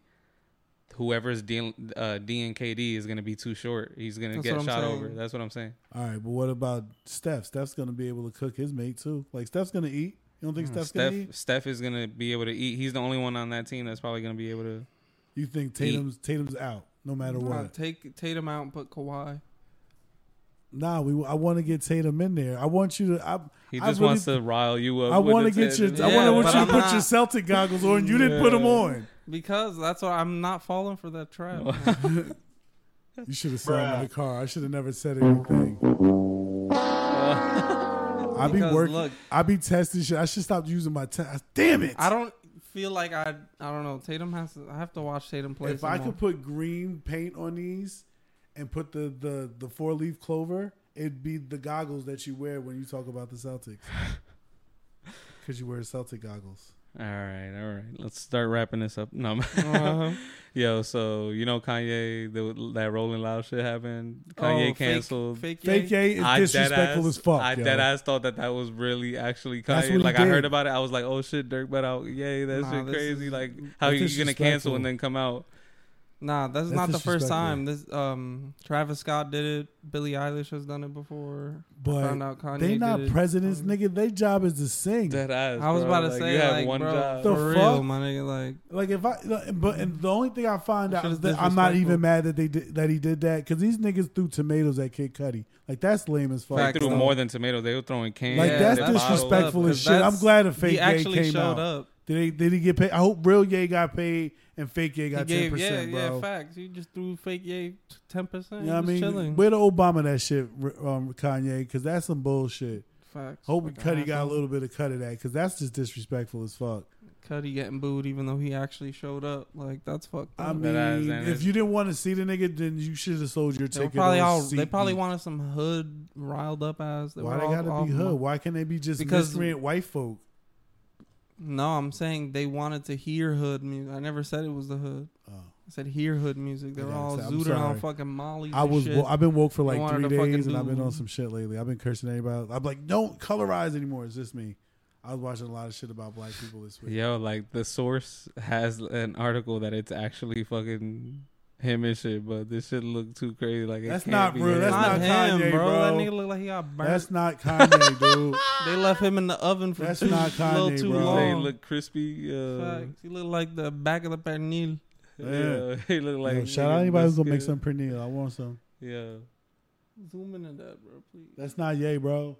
Whoever's dealing uh, D and KD is going to be too short. He's going to
That's
get
what I'm
shot
saying.
over. That's what I'm saying.
All right, but what about Steph? Steph's gonna be able to cook his mate too. Like Steph's gonna eat. You don't
Mm,
think Steph's
Steph
gonna eat?
Steph is going to be able to eat. He's the only one on that team that's probably going to be able to.
You think Tatum's Tatum's out no matter
nah,
what?
take Tatum out and put Kawhi.
Nah, we. I want to get Tatum in there. I want you to. I,
He
I
just
really-
wants to rile you up.
I
with
want to
his
get
head.
your. I
Yeah,
want, I want
but
you to
I'm
put
not-
your Celtic goggles on. You didn't put them
Yeah.
on.
Because that's why I'm not falling for that trap.
You should have saw him in the car. I should have never said anything. I be
Uh, Because,
working.
look-
I be testing shit. I should stop using my. Te- Damn it!
I don't feel like I. I don't know. Tatum has. To, I have to watch Tatum play.
If
some
I
more.
could put green paint on these and put the the the four leaf clover, it'd be the goggles that you wear when you talk about the Celtics. Because you wear Celtic goggles.
All right, all right. Let's start wrapping this up. No,
Uh-huh.
yo. So you know Kanye, the, that Rolling Loud shit happened.
Oh,
Kanye
fake-
canceled.
Fake,
Fake
Ye.
A is disrespectful
deadass-
as fuck.
I
yo.
dead ass thought that that was really actually
That's what
Kanye.
he
Like I
did.
heard about it, I was like, "Oh shit, Dirk but out, yay, that
Nah,
shit
this
crazy!"
is-
like how
that's
you you gonna cancel
disrespectful.
and then come out?
Nah, that's
That's
not the first
disrespectful.
time. This um, Travis Scott did it. Billie Eilish has done it before.
But
Found out Kanye
they
did
not
it.
presidents,
Um,
nigga. Their job is to sing.
Dead ass.
I was
bro.
about to
Like,
say,
you have
like,
one
bro,
job.
The
for
fuck?
real, my nigga. Like,
Like if I, but and the only thing I find
That
out
shit
is
is
that I'm not Mm-hmm. even
disrespectful.
mad that they did, that he did that because these niggas threw tomatoes at Kid Cudi. Like that's lame as fuck.
they
Facts,
threw
though.
more than tomatoes. They were throwing cans.
Like,
and
that's
bottles.
disrespectful
fucked
as
up, 'cause
shit. I'm
that's-
glad a fake
He
Ye
actually
came out.
showed up.
Did he, did he get paid? I hope real Ye got paid and fake Ye
He
got ten
gave, yeah,
percent, bro.
yeah, facts. You just threw fake Ye ten percent.
you know what I mean,
chilling.
where the Obama that shit, um, Kanye? Because that's some bullshit.
facts.
Hope
Like,
Cuddy got a
asshole.
little bit of cut of that because that's just disrespectful as fuck.
Cuddy getting booed, even though he actually showed up. Like that's fucked
I
up.
That ass
mean,
and
if
it's-
you didn't want to see the nigga, then you should have sold your
they were
ticket.
probably
on
all. They
seat
probably
B.
wanted some hood riled up ass. They
Why
were
they
all
gotta
off
be
my-
hood? Why can't they be just
Because-
misread white folk?
No, I'm saying they wanted to hear hood music. I never said it was the hood.
Oh.
I said hear hood music. They're
Yeah,
all
I'm
zooted on
sorry.
fucking molly.
I was.
Shit.
Wo- I've been woke for like
wanted
three
to fucking
days, and I've been
do-
on some shit lately. I've been cursing everybody. I'm like, don't colorize anymore. It's just me. I was watching a lot of shit about black people this week.
Yo, like the source has an article that it's actually fucking him and shit, but this shit look too crazy. Like it
That's
can't
not
be
real.
him.
That's not
not, him,
Kanye,
bro. That
bro.
nigga look like he got burnt.
That's not Kanye, dude.
they left him in the oven for
That's
too,
not
little
Kanye,
too
bro.
They
long.
look crispy. Uh,
Facts. He look like the back of the pernil.
yeah, he uh, look like.
Yo, shout
nigga
out anybody who's gonna make
biscuit.
some pernil. I want some.
Yeah,
Zoom into that, bro, please.
That's not Ye, bro.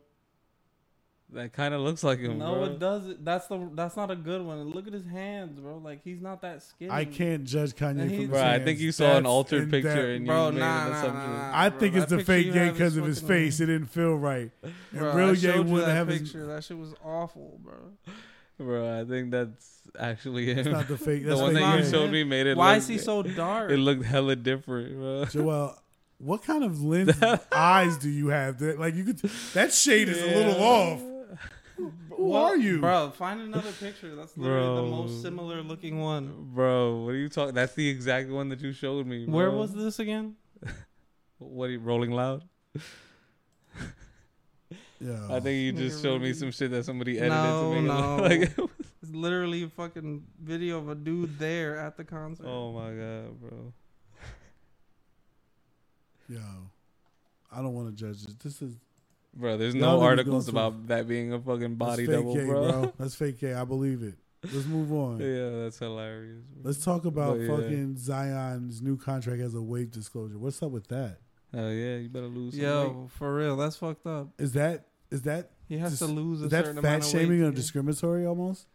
that kind of looks like him.
no,
bro.
it doesn't. That's the. That's not a good one. Look at his hands, bro. Like he's not that skinny.
I can't judge Kanye
And
from
he-
his
Bro, I
hands.
think you saw an
That's in
altered picture
depth.
and you
Bro,
made
nah,
an
nah,
assumption.
nah, nah.
I
Bro,
think
that
it's the
picture
fake
you
Ye
have is
because of his
fucking-
face. It didn't feel right. And
Bro, I
real Ye
showed you
wouldn't
that
have his.
picture. That shit was awful, bro.
Bro, I think that's actually him.
It's not the fake. That's
the one
fake
that you
Ye.
showed me made it.
Why
look,
is he so dark?
It looked hella different, bro.
Joel, what kind of lens eyes do you have? That like you could that shade is a little
Yeah.
off. Who
Well,
are you?
bro? Find another picture. That's literally the
Bro.
most similar looking one.
Bro, what are you talking? That's the exact one that you showed me.
Where
bro.
was this again?
What? Are you, Rolling Loud?
Yeah.
I think you
Nigga,
just showed me
really?
some shit that somebody edited
No,
to make
no.
it look like.
It's literally a fucking video of a dude there at the concert.
oh my god, bro.
Yo. I don't want to judge this. This is
Bro, there's
Y'all
no
niggas going
articles
too-
about that being a fucking
that's
body
fake
double,
Ye,
bro.
That's fake Ye. I believe it. Let's move on.
yeah, that's hilarious. bro.
Let's talk about
But yeah.
fucking Zion's new contract as a wave disclosure. What's up with that?
Hell yeah, you better lose. some weight.
Yo, for real, that's fucked up.
Is that is that
He has
Just-
to lose a
is that
certain
fat
amount of weight
shaming
to
or
get-
discriminatory almost?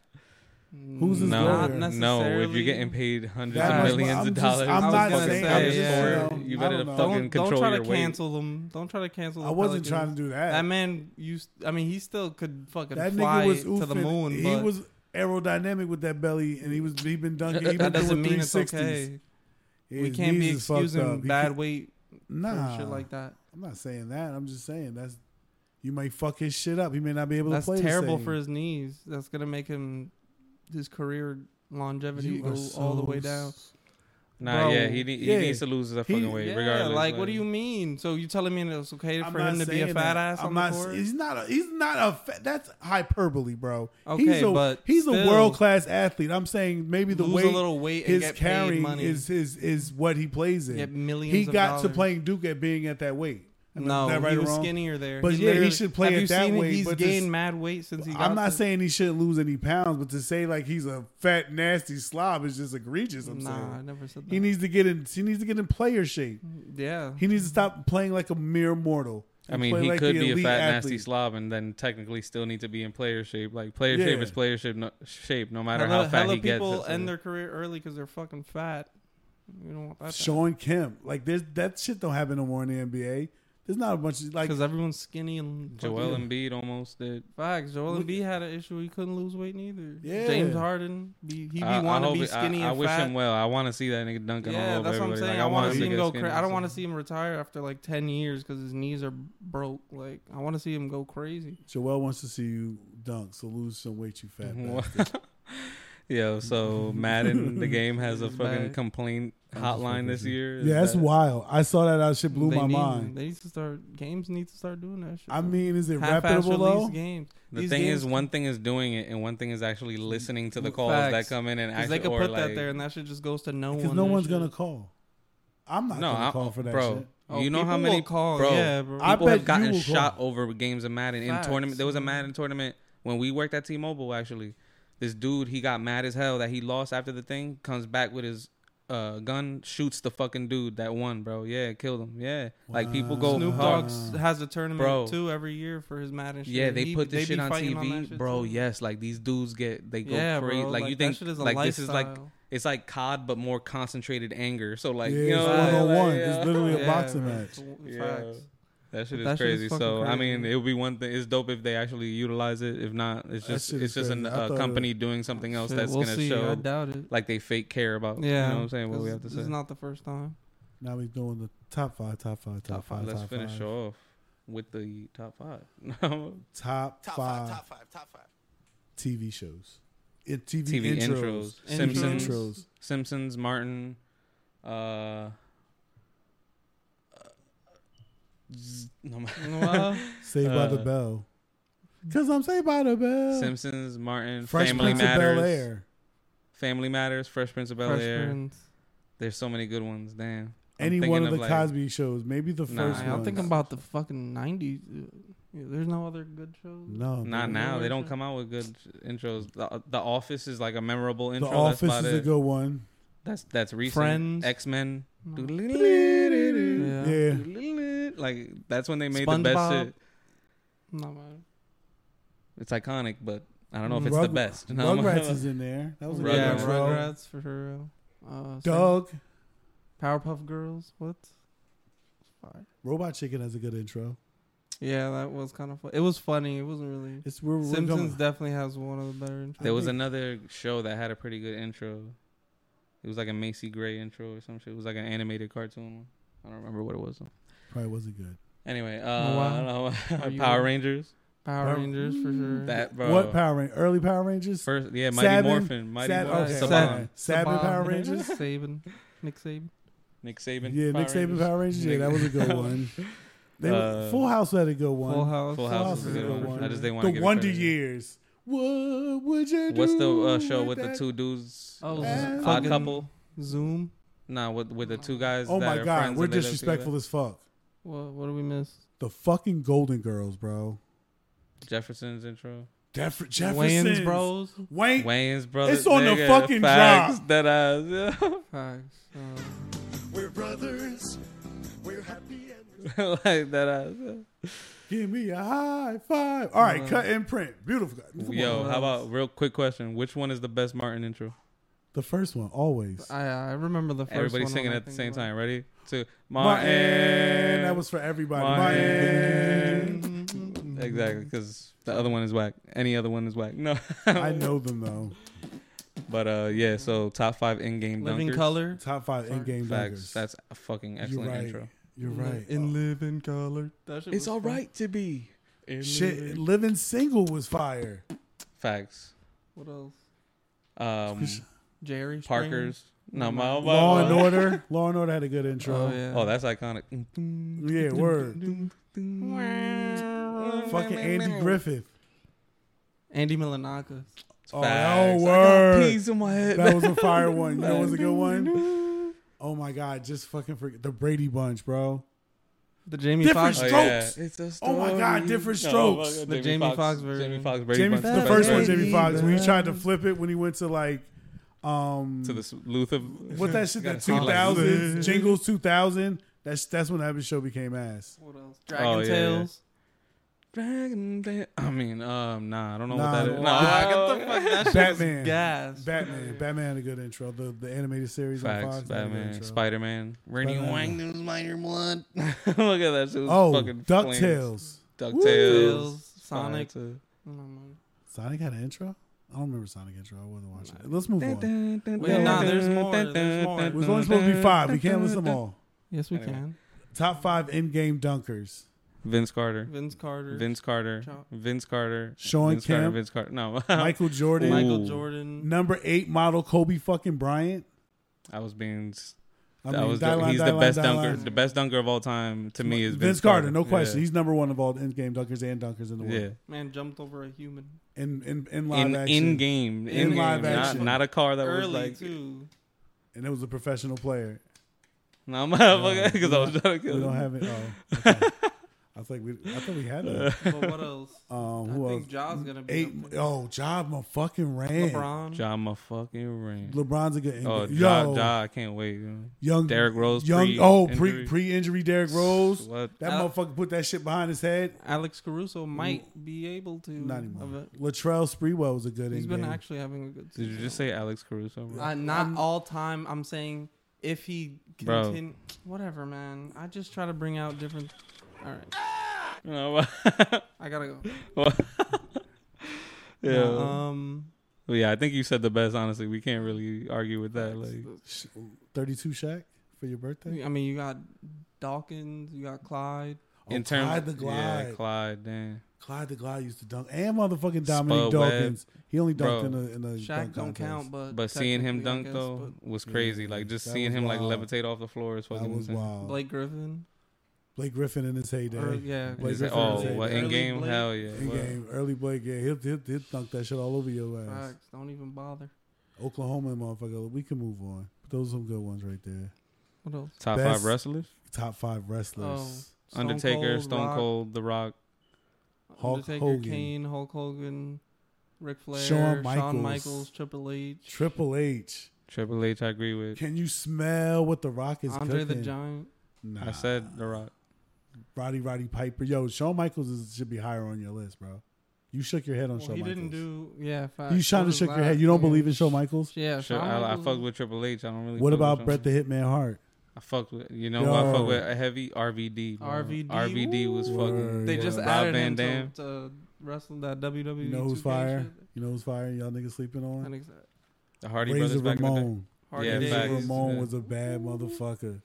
Who's his
no,
lawyer?
Not
no. If
necessarily.
you're getting paid hundreds
That
of
much,
millions
I'm
of
just-
dollars,
I'm
to
not
fucking
saying-
ask
I'm just
for
saying,
it,
um,
you
I
better
don't know.
fucking
Don't, don't
control
try
your
to
weight.
cancel them. Don't try to cancel.
I
the
wasn't
Pelicans.
trying to do that.
That man used. I mean, he still could fucking
That
fly
nigga was
to the
oofing.
moon,
He
but
was aerodynamic with that belly, and he was he been dunking. He been
that doesn't
doing
mean
three
it's
sixties.
okay. we can't be excusing bad weight
nah,
and shit like that.
I'm not saying that. I'm just saying that's you might fuck his shit up. He may not be able
That's
to play. the
terrible
same.
for his knees. That's gonna make him his career longevity
You
go
are so
all the way down.
s-
Nah,
Bro,
yeah, he, need,
yeah.
he needs to lose that
He-
fucking weight,
Yeah,
regardless.
like what do you mean? So you telling me it's okay
I'm
for
not
him to be a
saying
fat
that.
ass
I'm
on
not,
the court?
He's not. A, he's not a. Fa- that's hyperbole, bro. he's
Okay,
a,
but
he's a
still,
world class athlete. I'm saying maybe the
lose
weight
a little weight and
his
get paid
carrying
money.
is his is what he plays in.
Get millions
He
of
got to
dollars.
playing Duke at being at that weight. Am I-
no,
is that right
he
or
was
wrong?
skinnier there.
But yeah, he
literally-
should play
have
it
you
that
seen
way,
He's
but
gained
this-
mad weight since he. Got
I'm not
to-
saying he shouldn't lose any pounds, but to say like he's a fat nasty slob is just egregious. I'm
Nah, I
saying
never said that.
he needs to get in. He needs to get in player shape.
yeah,
He needs to stop playing like a mere mortal.
I
and
mean,
play
he
like
could
the
be a
elite
fat,
athlete.
nasty slob, and then technically still need to be in player shape. Like player shape
Yeah.
is player shape, no, shape, no matter
hella,
how fat
hella
he gets.
people
that's
end
it.
their career early because they're fucking fat. We don't want that.
Sean Kemp, like there's that shit don't happen no more in the NBA. There's not a bunch of like
Because everyone's skinny and fucking-
Joel Embiid almost did.
Facts. Joel
Look-
Embiid had an issue. He couldn't lose weight neither.
Yeah.
James Harden, be, he be
I,
want to be
hope- I-
skinny
I,
and
wish
fat.
him well. I want to see that nigga dunking
yeah,
all over
that's what I'm
everybody. Like,
saying. I
want
want to see
him
him
to
go
crazy.
crazy. I don't want to see him retire after like 10 years because his knees are broke. Like, I want to see him go crazy.
Joel wants to see you dunk, so lose some weight, you fat.
What?
bastard.
Yo, so Madden, the game has a
He's
fucking
back.
complaint
I'm just fucking
hotline this
with you.
year. Is
Yeah, that's
that-
wild. I saw that. That shit blew
They
my
need-
mind.
They need to start, games need to start doing that shit.
I mean, is it
half ass
reputable
release
though?
games.
The
These
thing
games
is, one thing is doing it, and one thing is actually listening to the calls that
Facts.
come in and
Because
actually.
they could
or,
put that
like-
there and that shit just goes to no one.
Because no
and
one's
shit.
gonna call. I'm not
No,
gonna
I,
call for that
bro.
shit.
Oh,
you know
people
how
will
many
call.
bro,
Yeah, bro.
I
people
bet
have gotten
you will call.
shot over games of Madden
Facts.
in tournament. There was a Madden tournament when we worked at T-Mobile. Actually, this dude he got mad as hell that he lost after the thing. Comes back with his uh, gun, shoots the fucking dude that won, bro. Yeah, killed him. Yeah, like people go
Snoop
hard.
Dogg s- has a tournament
Oh, Bro.
too every year for his Madden shit.
Yeah, they
He-
put this
be
shit on
fighting
TV,
that shit,
bro.
too.
Yes, like these dudes get they go
Yeah,
crazy.
bro,
Like,
like,
you
that
think
shit is a
like this is like
lifestyle.
it's like COD but more concentrated anger. So like
yeah,
you know
it's
what I'm
one
saying?
on
Like,
one.
yeah.
It's literally a
Yeah,
boxing
bro.
match.
It's-
Yeah.
facts.
That shit is
That shit is
crazy.
fucking
so I
crazy.
mean, it would be one thing. It's dope if they actually utilize it. If not, it's
That
just
shit
it's
is
just an,
crazy. I
a
thought
company doing something else
Shit,
that's
we'll
gonna
see. I
show
doubt it.
like they fake care about.
Yeah,
Yeah, you know what I'm saying. What we
'cause
have to
this
say.
is not the first time.
Now we're doing the top five, top five, top, five.
Let's
top
finish
five.
off with the top five.
Top
Top, five,
five, top five, top five.
TV shows. It, TV,
TV
intros.
intros,
TV
Simpsons,
intros.
Simpsons, Martin, Uh, z- no, my-
Well,
Saved by the
Uh,
Bell. Cause I'm Saved by the Bell.
Simpsons, Martin,
Fresh
Family
Prince
Matters,
of Bel Air.
Family Matters, Fresh Prince of Bel
Fresh
Air.
Prince.
There's so many good ones. Damn. I'm
Any
thinking
one of the
like-
Cosby shows, maybe the
Nah,
first
Nah, I'm
one.
thinking about the fucking '90s. Yeah, there's no other good shows.
no,
Not
Bel
now.
Air
They don't
show.
come out with good intros. The, the Office is like a memorable
The
intro. that's
Office
about
is a
it.
good one.
that's that's recent.
Friends.
X Men.
No.
Like
Yeah.
yeah.
that's when they made the best
SpongeBob.
shit.
Not bad.
It's iconic, but I don't know if it's the
Mm, Rug-
best. No,
Rugrats is in there. That was a
Yeah,
Rugrats.
good intro.
Rugrats for real. Uh, Sam-
Doug.
Powerpuff Girls. What? Fire.
Robot Chicken has a good intro.
Yeah, that was kind of fun. It was funny. It wasn't really.
It's we're, we're
Simpsons
going.
definitely has one of the better. Intros.
there was
think-
another show that had a pretty good intro. It was like a Macy Gray intro or some shit. It was like an animated cartoon. one. I don't remember what it was. though.
Probably wasn't good.
Anyway, uh,
Oh,
wow.
I don't
Are
know.
you-
Power Rangers.
Power
Power-
Rangers for sure.
That bro.
What Power Rangers? Early Power Rangers.
First, yeah, Mighty
Seven?
Morphin, Mighty
Seven-
Morphin,
okay.
Saban,
Seven. Saban
Saban.
Power Rangers?
Saban, Nick Saban.
Nick Saban.
yeah,
Power
Nick Saban
Rangers.
Power Rangers. Yeah,
Nick-
that was a good one. They,
Uh,
Full House had a good one.
Full House.
Full House is a good one. I just didn't want to
the
give it
Wonder
credit.
Years. What would you do?
What's the uh, show with the
that?
two dudes?
Oh,
uh, odd
fucking-
couple.
Zoom.
Nah, with with the two guys.
Oh
that
my
are
god,
friends
we're
and they live
disrespectful
together.
as fuck.
What? What do we miss?
The fucking Golden Girls, bro.
Jefferson's intro.
Def- Jefferson's,
Wayans Bros.
Wayne.
Wayne's brothers.
It's on the
nigga,
fucking
facts,
drop.
That ass.
Facts. Um,
We're brothers. We're happy and we're
yeah. like that ass. yeah.
Give me a high five. All right,
Wow.
cut and print. Beautiful. Come on.
Yo,
on.
how about real quick question? Which one is the best Martin intro?
The first one, always.
I I remember the first.
Everybody
one
singing
when I
at the
think
same
about
time. Ready? Two.
Martin.
Martin.
That was for everybody.
Martin.
Martin. Mm-hmm.
it.
Exactly, because the other one is whack. Any other one is whack. No,
I know them though.
but uh, yeah. So top five in-game
Living
dunkers.
Color.
Top five
Sorry.
in game
Facts.
dunkers.
That's a fucking
You're
excellent
right.
intro.
You're right.
In Living Color. That shit was fun.
to be.
Oh, shit, living single was fire.
Facts.
What else?
Um,
Jerry. Springer.
Parker's. No,
Never
my,
mind.
my-
Law
my-
and Order. Law and Order had a good intro.
Oh
yeah.
yeah.
Oh, that's iconic.
word.
Facts.
Fucking Andy Griffith.
Andy Milanakis.
Oh,
I
oh
got
word.
peas in my head.
That was a fire one. You know what was a good one? Oh my god, just fucking forget the Brady Bunch, bro.
The Jamie
Different
Foxx.
Oh,
strokes.
yeah. It's a
Oh, my God,
story.
different
No,
strokes.
fuck,
The Jamie Foxx version.
Jamie Foxx. Brady
Jamie,
Bunch,
the
best
first one,
version.
Jamie
Brady
Fox, when he
Bunch.
tried to flip it when he went to like, um,
To the s- Luther.
what that shit,
Gotta
that
sound
two
like
thousand jingles two thousand. That's that's when that show became ass.
What else? Dragon
Oh, yeah, yeah.
Tales.
Dragon Dan- I mean, um, nah, I don't know
Nah,
what that is.
wow.
Nah, get the fuck that
Batman,
Gas.
Batman, Batman had a good intro. The the animated series on
Facts,
Fox, had a good
Batman,
intro.
Spider Man, Rainy
Spider-Man.
Wang, there's minor blood. Look at that shit. was
Oh,
fucking flames.
Ducktales.
DuckTales,
Tales, Sonic.
Fire, too.
Sonic had an intro. I don't remember Sonic intro. I wasn't watching. it. Let's move on.
Wait, nah, there's more, there's more.
It was only supposed to be five. We can't list them all.
Yes, we
Anyway.
can.
Top five in-game dunkers.
Vince Carter.
Vince Carter.
Vince Carter.
Chop.
Vince Carter.
Sean
Vince Carter.
Kemp.
Vince Carter. No,
Michael Jordan.
Michael
Ooh.
Jordan.
Number eight model Kobe fucking Bryant.
I was being.
I
I
mean,
was.
die line,
he's
die
the
line,
best
die
dunker.
line.
The best dunker of all time to me is
Vince,
Vince,
Carter, no question.
Yeah.
He's number one of all in-game dunkers and dunkers in the
yeah.
world.
Man jumped over a human.
In in in live
In
action.
in game,
In
in,
live
game, not,
action.
not a car that was
Early
like
too.
and it was a professional player.
no motherfucker because I was trying to
We
kill.
don't
him.
have it. Oh, okay. I think we. I thought we had it.
But what else?
Um,
I
who
think
else?
Ja's gonna be
Eight.
up there.
Oh, Job, my fucking ran.
LeBron.
John my fucking ring.
LeBron's a good. in-
Oh,
yo,
Ja, ja, I can't wait. you know.
young
Derrick Rose.
young.
pre-
oh, pre
injury.
pre injury Derrick Rose.
What?
That
Al-
motherfucker put that shit behind his head.
Alex Caruso might be able to.
Not
of
anymore.
it.
Latrell Sprewell was a good.
Mm, He's
in-game.
been actually having a good.
Did you
season.
just say Alex Caruso? Bro?
Uh, not all time. I'm saying if he
Bro.
continue, whatever, man. I just try to bring out different. All right,
No,
I gotta go.
yeah.
Um.
Well, yeah, I think you said the best. Honestly, we can't really argue with that. Like,
Sh- thirty-two Shaq for your birthday.
I mean, you got Dawkins, you got Clyde.
in terms
Oh, Clyde the
yeah,
Glide.
Clyde, damn.
Clyde the Glide used to dunk, and motherfucking Dominic
Spud Webb.
Dawkins. He only
Bro.
dunked in a in a dunk
Shaq don't
contest.
count, but
But seeing him
technically, I
dunk
guess,
though was
Yeah,
crazy. like just
that
seeing
was
him like
wild.
levitate off the floor is
That
fucking
was
insane.
but
wild. Blake,
Blake Griffin.
Griffin in his heyday.
Or, yeah,
And
Blake
it's like,
Griffin
oh,
was a
what
early
in game?
Blake.
Hell yeah!
In
what?
game, early Blake, yeah, he'll, he'll, he'll dunk that shit all over your ass.
Facts. Don't even bother.
Oklahoma, motherfucker, we can move on. But those are some good ones right there.
What else?
Top
Best-
five wrestlers:
Top five wrestlers.
Stone
Undertaker,
Cold,
Stone
Rock,
Cold, The Rock,
Hulk
Undertaker,
Hogan.
Kane, Hulk Hogan, Ric Flair,
Shawn
Shawn Michaels,
Michaels.
Triple H,
Triple H.
Triple H. I agree with.
Can you smell what the Rock is
Andre
cooking?
the Giant.
Nah.
I said uh, The Rock.
Roddy Roddy Piper. Yo, Shawn Michaels is, should be higher on your list, bro. You shook your head on
Well,
Shawn
he
Michaels.
didn't do. uh, Yeah, facts.
you trying
What
to
was
shook your
that?
head. You don't
Yeah.
believe in Shawn Michaels?
Yeah,
Sure,
Shawn
I, I
Michaels-
fucked with Triple H. I don't really.
What
fuck
about
with
Bret
Brett?
the Hitman Hart?
I fucked with you know I
Yo.
fucked with a heavy RVD. Bro.
RVD,
RVD. RVD was
woo.
fucking.
They
Yeah.
just
Rob
added
Van
him
Dam.
to, to wrestling that WWE.
You know who's
2K
fire?
shit.
You know who's fire? Y'all niggas sleeping
That
on?
nigga's
The Hardy
Razor
Brothers back in the day.
Ramon.
Hardy
Yeah,
Days.
Razor
facts.
Ramon
Yeah.
was a bad motherfucker.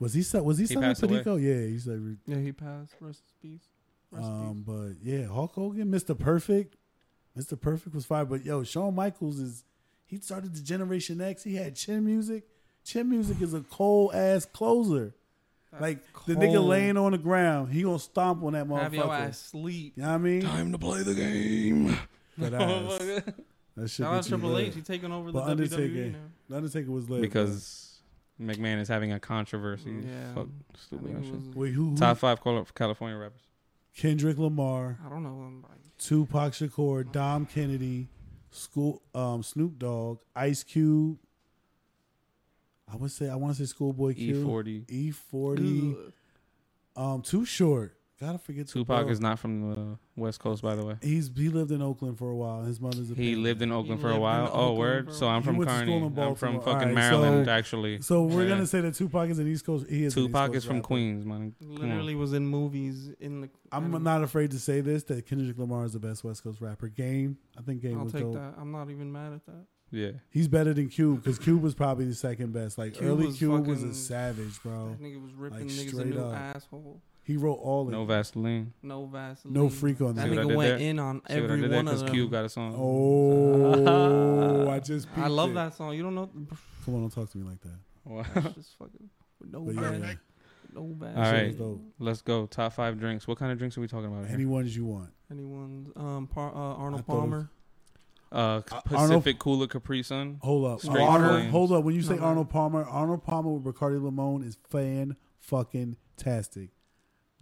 Was he still? Was he still in
passed away.
Pedico? Yeah, he said.
Yeah, he passed. Rest in peace. Rest in
Um, but yeah, Hulk Hogan, Mr. Perfect, Mr. Perfect was fire. But yo, Shawn Michaels is he started the Generation X. He had chin music. Chin music is a cold ass closer.
peace.
Like
That's
the nigga
cold.
laying on the ground, he gonna stomp on that
Have your ass
motherfucker.
sleep.
You know what I mean?
Time to play the game.
That ass. That shit.
Shout out
get you
Triple
lit.
H. He's taking over the
But Undertaker,
WWE now.
The Undertaker was lit bro.
Because McMahon is having a controversy.
Mm, Yeah.
Fuck,
I,
stupid
think
ass
it
shit.
was-
wait, who, who?
Top five Col- California rappers.
Kendrick Lamar,
I don't know. I'm like,
Tupac Shakur, Dom Kennedy, School, um, Snoop Dogg, Ice Cube. I would say I want to say Schoolboy
E
Q.
forty.
E forty.
ugh.
Um, too short. Gotta forget
Tupac
Tupac
is not from the West Coast, by the way.
He's he lived in Oakland for a while. His mother's a
He
painter.
lived in Oakland for
lived
a
in
while. Oh,
Oakland for
word.
a
So
while.
I'm
He
from
went to school
Kearney.
in
I'm from
Baltimore.
fucking
Alright,
Maryland,
so-
actually.
So we're
Yeah.
gonna say that Tupac is an East Coast. He is an East
Tupac
Coast
is from
rapper.
Queens, man. Come on.
Literally was in movies in the.
I'm
and
not afraid to say this that Kendrick Lamar is the best West Coast rapper. Game, I think Game
I'll
was
take
dope.
that. I'm not even mad at that.
Yeah.
He's better than Cube because Cube was probably the second best. Like
Cube
early
was
Cube was a
fucking-
savage, bro.
That nigga was ripping niggas a
Oh, straight
new
up.
asshole.
He wrote all of
No
it.
Vaseline.
No Vaseline.
No freak on
That
See what I
nigga
did
went
there?
in on
See what I
every
did there?
one of
Because
them.
Cube got a song.
Oh, I just.
I
peeped
love
it.
that song. You don't know.
Come on, don't talk to me like that.
Wow.
That's just fucking. No
But
bad.
yeah,
No bad.
All
that shit
right.
was dope.
Let's go. Top five drinks. What kind of drinks are we talking about here?
Any ones you want.
Anyone? Um, par, uh,
I
Arnold
thought it was-
Palmer.
Uh,
Uh,
Pacific
Arnold-
Cooler Capri Sun.
Hold up,
Straight
Arnold,
flames.
hold up. When you say
No, no.
Arnold Palmer, Arnold Palmer with Bacardi Limon is fan fucking tastic.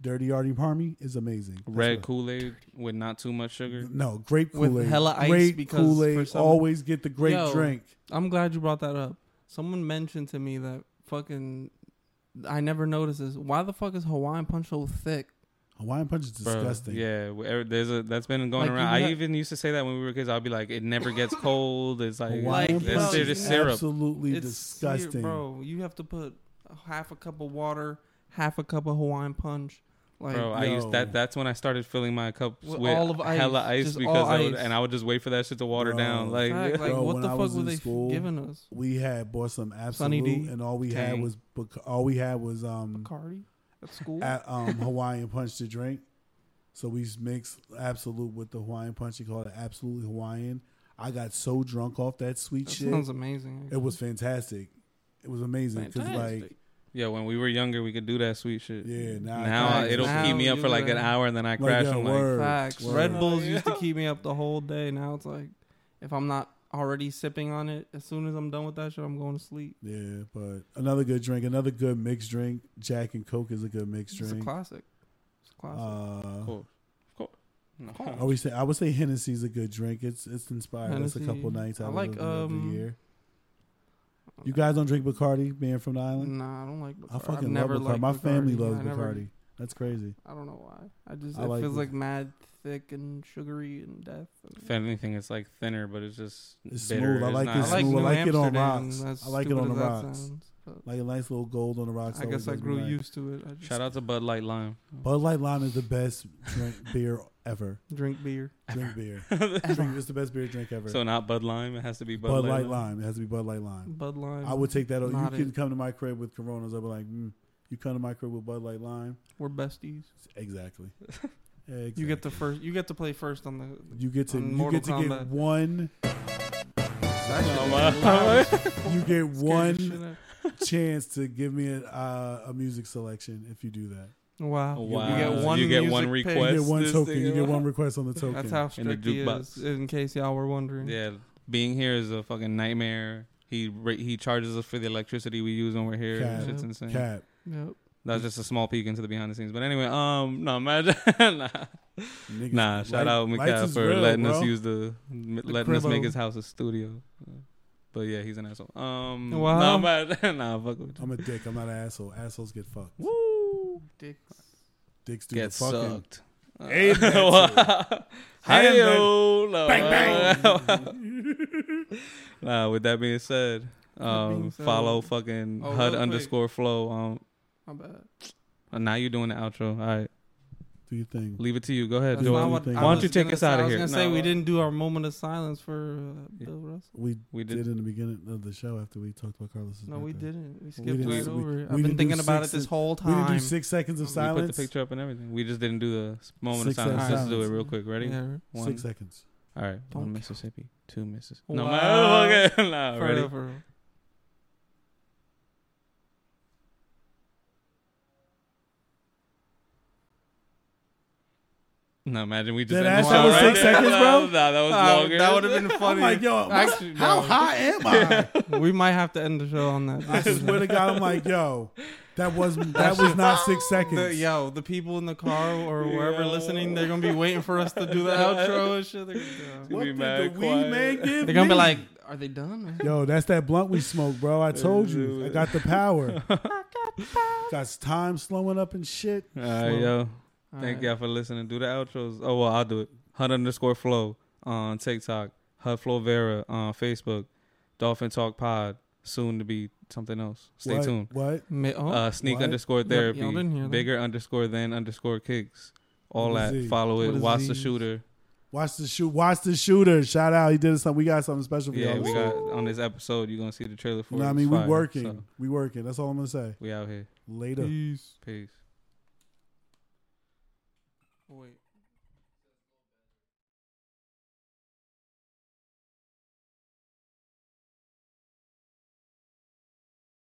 Dirty Artie Palmy is amazing. That's
Red
what-
Kool Aid with not too much sugar.
No, grape
With
Kool Aid.
hella ice
grape
because
Kool
for
Aid.
some-
Always get the grape
Yo.
drink.
I'm glad you brought that up. Someone mentioned to me that fucking. I never noticed this. Why the fuck is Hawaiian Punch so thick?
Hawaiian punch is
Bro,
disgusting.
Yeah, we- every- there's a that's been going
Like, you
around.
ha-
I even used to say that when we were kids. I'll be like, it never gets cold. It's like,
Hawaiian
Like,
punch
it's,
bro,
they're
is
just syrup.
absolutely
It's
disgusting.
bro. You have to put half a cup of water, half a cup of Hawaiian Punch. Like,
Bro, I
yo.
used that. That's when I started filling my cups
With
with,
all of ice,
hella ice
just all
because I would,
ice.
and I would just wait for that shit to water
Bro.
down. Like,
fact, like
Bro,
what
when
the
I
fuck
was
were
in
they
school,
giving us?
We had bought some
Sunny
absolute,
D.
and all we had
Tang.
was Bac- all we had was um
Bacardi at school.
at, um Hawaiian punch to drink. So we mixed absolute with the Hawaiian punch. He called it absolutely Hawaiian. I got so drunk off that sweet
that
shit.
sounds amazing.
it was fantastic. It was amazing because
Fantastic.
like
yeah, when we were younger, we could do that sweet shit.
yeah now, I
Now
can't.
Facts.
it'll
Now
keep me up
you uh,
for like an
gotta-
hour, and then I
Like,
crash.
yo,
I'm like,
word.
Facts.
Word.
Red Bulls
Oh,
used to
yeah.
keep me up the whole day. Now it's like, if I'm not already sipping on it, as soon as I'm done with that shit, I'm going to sleep.
yeah. But another good drink, another good mixed drink. Jack and Coke is a good mixed
It's a
drink.
classic. It's a classic.
Uh,
cool. Of course.
I would say I would say Hennessy's a good drink. It's it's inspired us a
Hennessy.
couple nights
I
out
like,
of the,
um,
the year. You guys don't drink Bacardi, being from the island.
Nah, I don't like. Bacardi.
Uh, um, I
Mm, I've
fucking love
never
Bacardi.
liked
My family
Bacardi.
loves
I never-
Bacardi. That's crazy.
I don't know why. I just
I
it
like
feels
it.
like mad thick and sugary and death.
If anything, it's like thinner, but it's just
It's
bitter.
smooth. I like
not-
it
I like
smooth.
New
I like it on
Amsterdam.
rocks.
as
I like it
stupid
on
as
the
that
rocks.
sounds, but
Like a nice little gold on the rocks.
I guess I grew used to it. I just
Shout out to Bud Light Lime.
Bud Light Lime is the best drink beer ever.
drink beer.
Drink beer. drink, it's the best beer drink ever.
So not Bud Lime. It has to be Bud,
Bud, Light,
Light,
Lime. It has to be Bud Light Lime.
Bud Lime.
I would take that. over. You
Not
can
it.
come to my crib with Coronas. I'd be like, mm, you You come to my crib with Bud Light Lime.
We're besties.
Exactly.
You get the first. You get to play first on the.
You get to
on
you
Mortal
get to
Kombat.
get one
That shit
wow.
is loud as
you get
fuck. Scared the
one
shit out.
chance to give me a, uh, a music selection if you do that.
Wow.
Wow.
You get one.
You get one
music pick.
request.
You get one
this
token.
thing
You get
about-
one request on the token.
That's how
In the
strict he is.
jukebox.
In case y'all were wondering.
Yeah, being here is a fucking nightmare. He ra- he charges us for the electricity we use when we're here.
Cap.
Shit's insane.
Cap.
Yep.
That's just a small peek into the behind the scenes. But anyway, um, no, imagine. nah,
Niggas,
nah shout
light-
out
lights
Mika
is
for
real,
letting us
bro.
use the, m- letting us
crib
make
over.
his house a studio. But yeah, he's an asshole. Um, nah,
Wow.
imagine- nah, fuck with you.
I'm a dick. I'm not an asshole. Assholes get fucked.
Woo,
Dicks.
Dicks do
get
the fucking.
sucked.
Amen to Hand
Hey,
that-
nah, with that being said,
that being
um,
said-
follow fucking
Oh, real
HUD
quick.
underscore flow. Um,
My bad.
and now you're doing the outro. All right,
Do your thing.
leave it to you. Go ahead.
That's
do
not
it.
what
Why
I
don't
was
you take
gonna
us
say.
outta
I was
here?
gonna say
No,
we
uh,
didn't do our moment of silence for uh, Bill Russell.
We
We
did
did.
in the beginning of the show after we talked about Carlos's.
No, we
birthday.
didn't. We skipped
didn't-
right
we-
over
we
it. I've been
didn't do
thinking about it
six
this
and-
whole
We didn't
time.
do six seconds of
We put
silence.
the picture up and everything. We just didn't do the s- moment
Six
of silence.
seconds
Just do it
silence.
real quick. Ready?
Yeah, right.
One.
Six seconds.
All right.
Don't
One
count.
Mississippi. Two Mississippi. No,
Wow.
matter. okay. Nah,
For
ready?
real, for real.
No, imagine we just.
That
ended
ass
the
that
show
was
right
six
there.
seconds, bro?
Nah, nah, that was
Uh,
longer. Oh
that would have been
I'm
funny.
like, yo,
Actually,
how
no.
high am I?
we might have to end the show on
I swear
that.
to God, I'm like, yo, that was that was not six seconds.
The, yo, the people in the car or wherever
Yo.
listening, they're gonna be waiting for us to do the outro and shit. They're gonna,
Dude.
what
We
did
mad
the weed
quiet.
man give
They're gonna be
me?
like, "Are they done?" man?"
Yo, that's that blunt we smoked, bro. I told you. I got the power. got time slowing up and shit.
All right, yo.
All
Thank
right.
y'all for listening. Do the outros. Oh well, I'll do it. Hud underscore flow on TikTok. Hud Flow Vera on Facebook. Dolphin Talk Pod. Soon to be something else. Stay
What?
tuned.
What?
Ma- oh,
Uh, sneak
What?
underscore
Yep,
therapy.
y'all didn't hear that.
Bigger underscore than underscore kicks. All
What is
that.
these?
Follow it.
What is
Watch the
these?
shooter.
Watch the shoot. Watch the shooter. Shout out. He did something. We got something special for
Yeah,
y'all.
we got on this episode. You're gonna see the trailer for.
You know
it.
what I
It's
mean? We
fire.
working.
So,
We working. That's all I'm gonna say.
we out here.
Later.
peace.
Peace.
Wait.